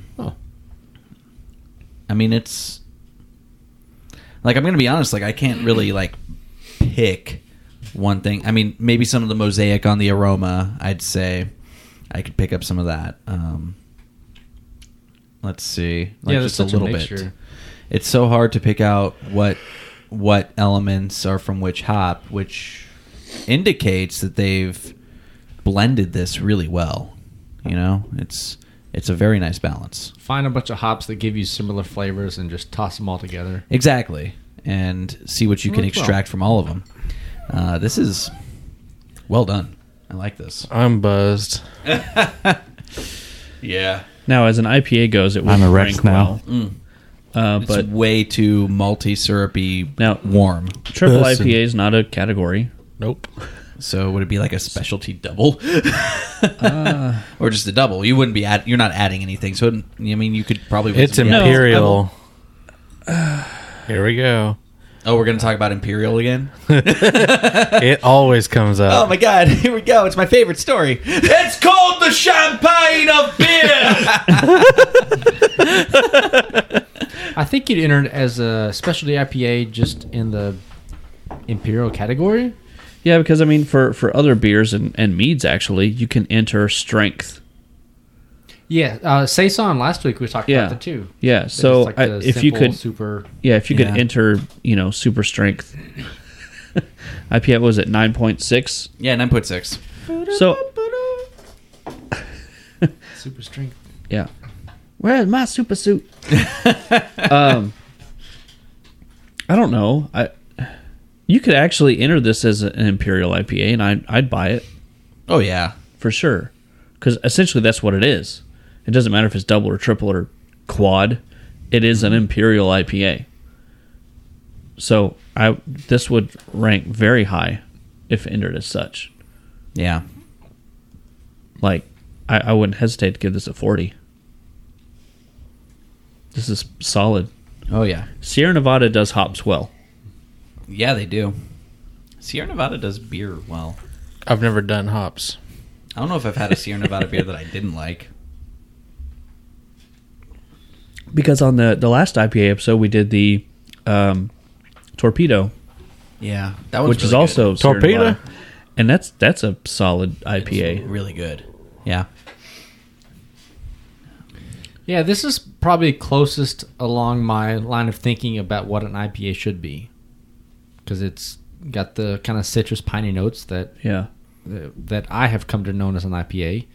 A: I mean, it's like I'm gonna be honest. Like I can't really like pick one thing. I mean, maybe some of the mosaic on the aroma. I'd say I could pick up some of that. Um, let's see. Like
D: Yeah, there's
A: just a
D: such a
A: little bit.
D: mixture.
A: It's so hard to pick out what what elements are from which hop, which indicates that they've blended this really well. You know, it's it's a very nice balance.
D: Find a bunch of hops that give you similar flavors and just toss them all together.
A: Exactly, and see what you can
D: Worked well.
A: extract from all of them. Uh, this is well done. I like this.
N: I'm buzzed.
A: Yeah,
B: Now, as an IPA goes, it would
A: I'm a
B: rank
A: Rex now.
B: Well. Uh,
A: It's
B: but
A: way too malty, syrupy,
B: now
A: warm.
B: Triple IPA is not a category.
N: Nope.
A: So would it be like a specialty double, or just a double? You wouldn't be add, you're not adding anything. So it, I mean, you could probably. put
N: It's
A: some- yeah.
N: imperial. Here we go.
A: Oh, we're gonna talk about imperial again.
N: It always comes
A: Oh
N: up.
A: my god! Here we go. It's my favorite story. It's called the champagne of beer.
D: I think you'd enter it as a specialty IPA just in the imperial category.
B: Yeah, because I mean, for for other beers and and meads, actually, you can enter strength.
D: Yeah, uh, saison last week we talked
B: Yeah,
D: about the two.
B: yeah.
D: It's
B: So
D: like
B: I,
D: the
B: if you
D: simple,
B: could,
D: super
B: yeah, if you could
D: Yeah.
B: enter, you know, super strength. IPA was at nine point six.
A: yeah, nine point six.
B: So
D: super strength.
B: yeah, where's my super suit? um, I don't know. I you could actually enter this as an imperial IPA, and I'd I'd buy it.
A: Oh yeah,
B: for sure. Because essentially, that's what it is. It doesn't matter if it's double or triple or quad. It is an imperial IPA. So I this would rank very high if entered as such.
A: Yeah.
B: like I, I wouldn't hesitate to give this a 40. This is solid.
A: Oh yeah,
B: Sierra Nevada does hops well.
A: Yeah, they do. Sierra Nevada does beer well.
N: I've never done hops.
A: I don't know if I've had a Sierra Nevada beer that I didn't like.
B: Because on the the last IPA episode we did the um, torpedo.
A: Yeah,
B: that was which
A: really
B: is also
A: good.
B: Sierra
A: Torpedo?
B: Nevada. and that's that's a solid IPA.
A: really good. Yeah.
D: Yeah, this is probably closest along my line of thinking about what an IPA should be, because it's got the kind of citrus piney notes that
B: yeah
D: that, that I have come to know as an IPA,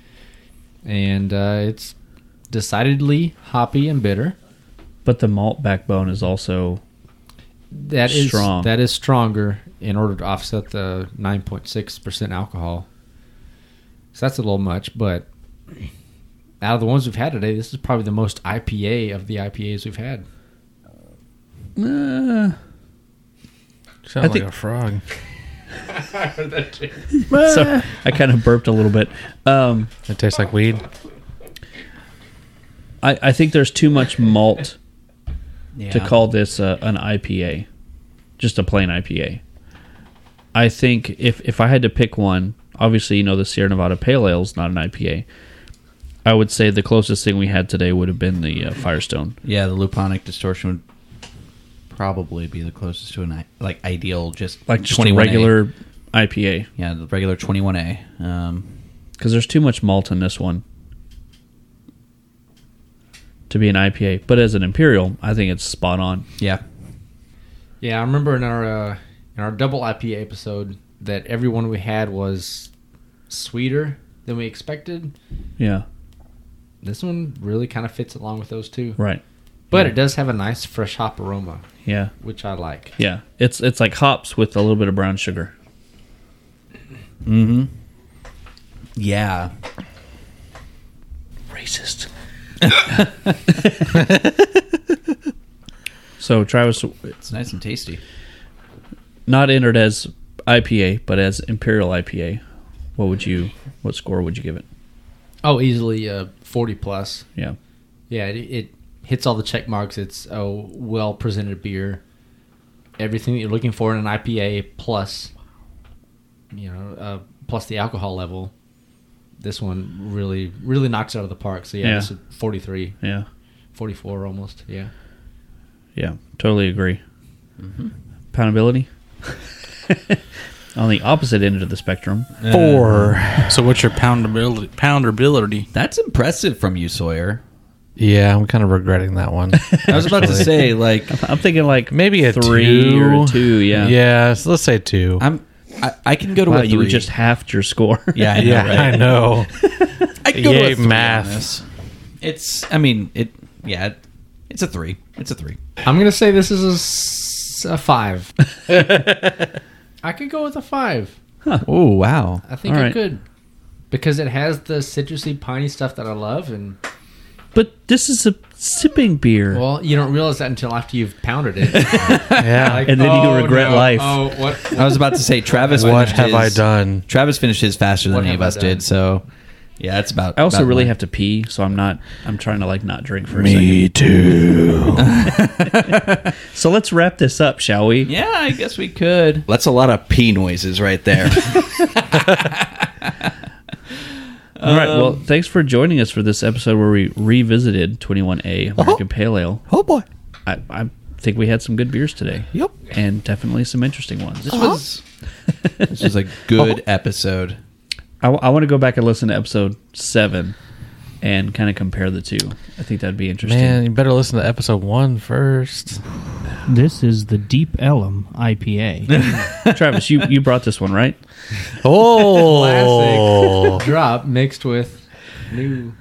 D: and uh, it's decidedly hoppy and bitter.
B: But the malt backbone is also
D: That is
B: strong.
D: that is stronger in order to offset the nine point six percent alcohol. So that's a little much, but out of the ones we've had today, this is probably the most IPA of the IPAs we've had.
B: Uh,
N: Sound
B: I think-
N: like a frog.
B: so I kind of burped a little bit. Um,
N: it tastes like weed.
B: I, I think there's too much malt to
A: Yeah.
B: call this uh, an IPA, just a plain IPA. I think if if I had to pick one, obviously you know the Sierra Nevada Pale Ale is not an IPA. I would say the closest thing we had today would have been the uh, Firestone.
A: Yeah, the luponic distortion would probably be the closest to an i- like ideal just
B: Like just a
A: 21A.
B: regular IPA.
A: Yeah, the regular 21A. Um,
B: because there's too much malt in this one to be an IPA. But as an imperial, I think it's spot on.
A: Yeah,
D: Yeah, I remember in our uh, in our double IPA episode that every one we had was sweeter than we expected.
B: yeah,
D: This one really kind of fits along with those two,
B: Right.
D: But it does have a nice fresh hop aroma,
B: yeah,
D: which I like.
B: yeah. It's it's like hops with a little bit of brown sugar.
A: Mm-hmm. Yeah.
B: Racist. so Travis,
A: it's nice and tasty.
B: Not entered as IPA, but as imperial IPA. What would you? What score would you give it?
D: Oh, easily uh, forty plus.
B: Yeah.
D: yeah. It, it hits all the check marks. It's a well presented beer. Everything that you're looking for in an IPA plus, you know, uh, plus the alcohol level. This one really, really knocks it out of the park. So yeah,
B: Yeah.
D: this is forty three.
B: Yeah.
D: forty four almost. Yeah.
B: Yeah, totally agree. Mm-hmm. Poundability. On the opposite end of the spectrum,
N: so what's your poundability? Poundability.
A: That's impressive from you, Sawyer.
N: Yeah, I'm kind of regretting that one.
A: I was about to
N: actually.
A: say like
B: I'm thinking like
N: maybe a
B: three
N: two.
B: or a two, yeah.
N: yeah. So let's say two.
A: I'm. I, I can go to
B: Wow,
A: a
B: you
A: three.
B: just halved your score.
A: Yeah, I know,
N: Yeah, I
A: right?
N: know.
A: I can go to
N: Yay,
A: a three on
N: math.
A: this. It's. I mean, it. Yeah, it- it's a three. It's a three.
D: I'm gonna say this is a s- a, five. I could go with a five.
A: Oh wow!
D: I think
B: All
D: I
B: right.
D: could because it has the citrusy, piney stuff that I love, and
B: But this is a sipping beer.
D: well, you don't realize that until after you've pounded it. yeah,
B: And then you regret life.
D: Oh, what?
A: I was about to say Travis.
N: What
A: finished
N: have I
A: his-
N: done?
A: Travis finished his faster
D: What
A: than any
D: have
A: of
D: I
A: us
D: done?
A: did. So, yeah, that's about.
B: I also
A: about
B: really
A: mine.
B: have to pee, so I'm not. I'm trying to like not drink for a
L: Me
B: second.
L: too.
B: So let's wrap this up, shall we?
A: Yeah, I guess we could.
G: That's a lot of pee noises right there.
B: All right. Well,
A: um,
B: thanks for joining us for this episode where we revisited 21A American Pale Ale.
L: Oh boy.
B: I, I think we had some good beers today.
L: Yep.
B: And definitely some interesting ones. Uh-huh.
A: This was this was a good episode.
B: I, want to go back and listen to episode seven and kind of compare the two. I think that'd be interesting.
N: Man, you better listen to episode one first.
I: This is the Deep Ellum IPA.
B: Travis, you, you brought this one, right?
N: Oh,
D: Classic drop mixed with new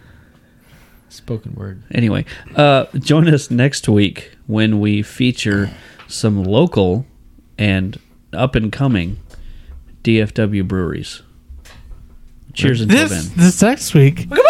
D: spoken word.
B: Anyway, uh, join us next week when we feature some local and up and coming DFW breweries. Cheers until
L: This
B: then.
L: this next week. Look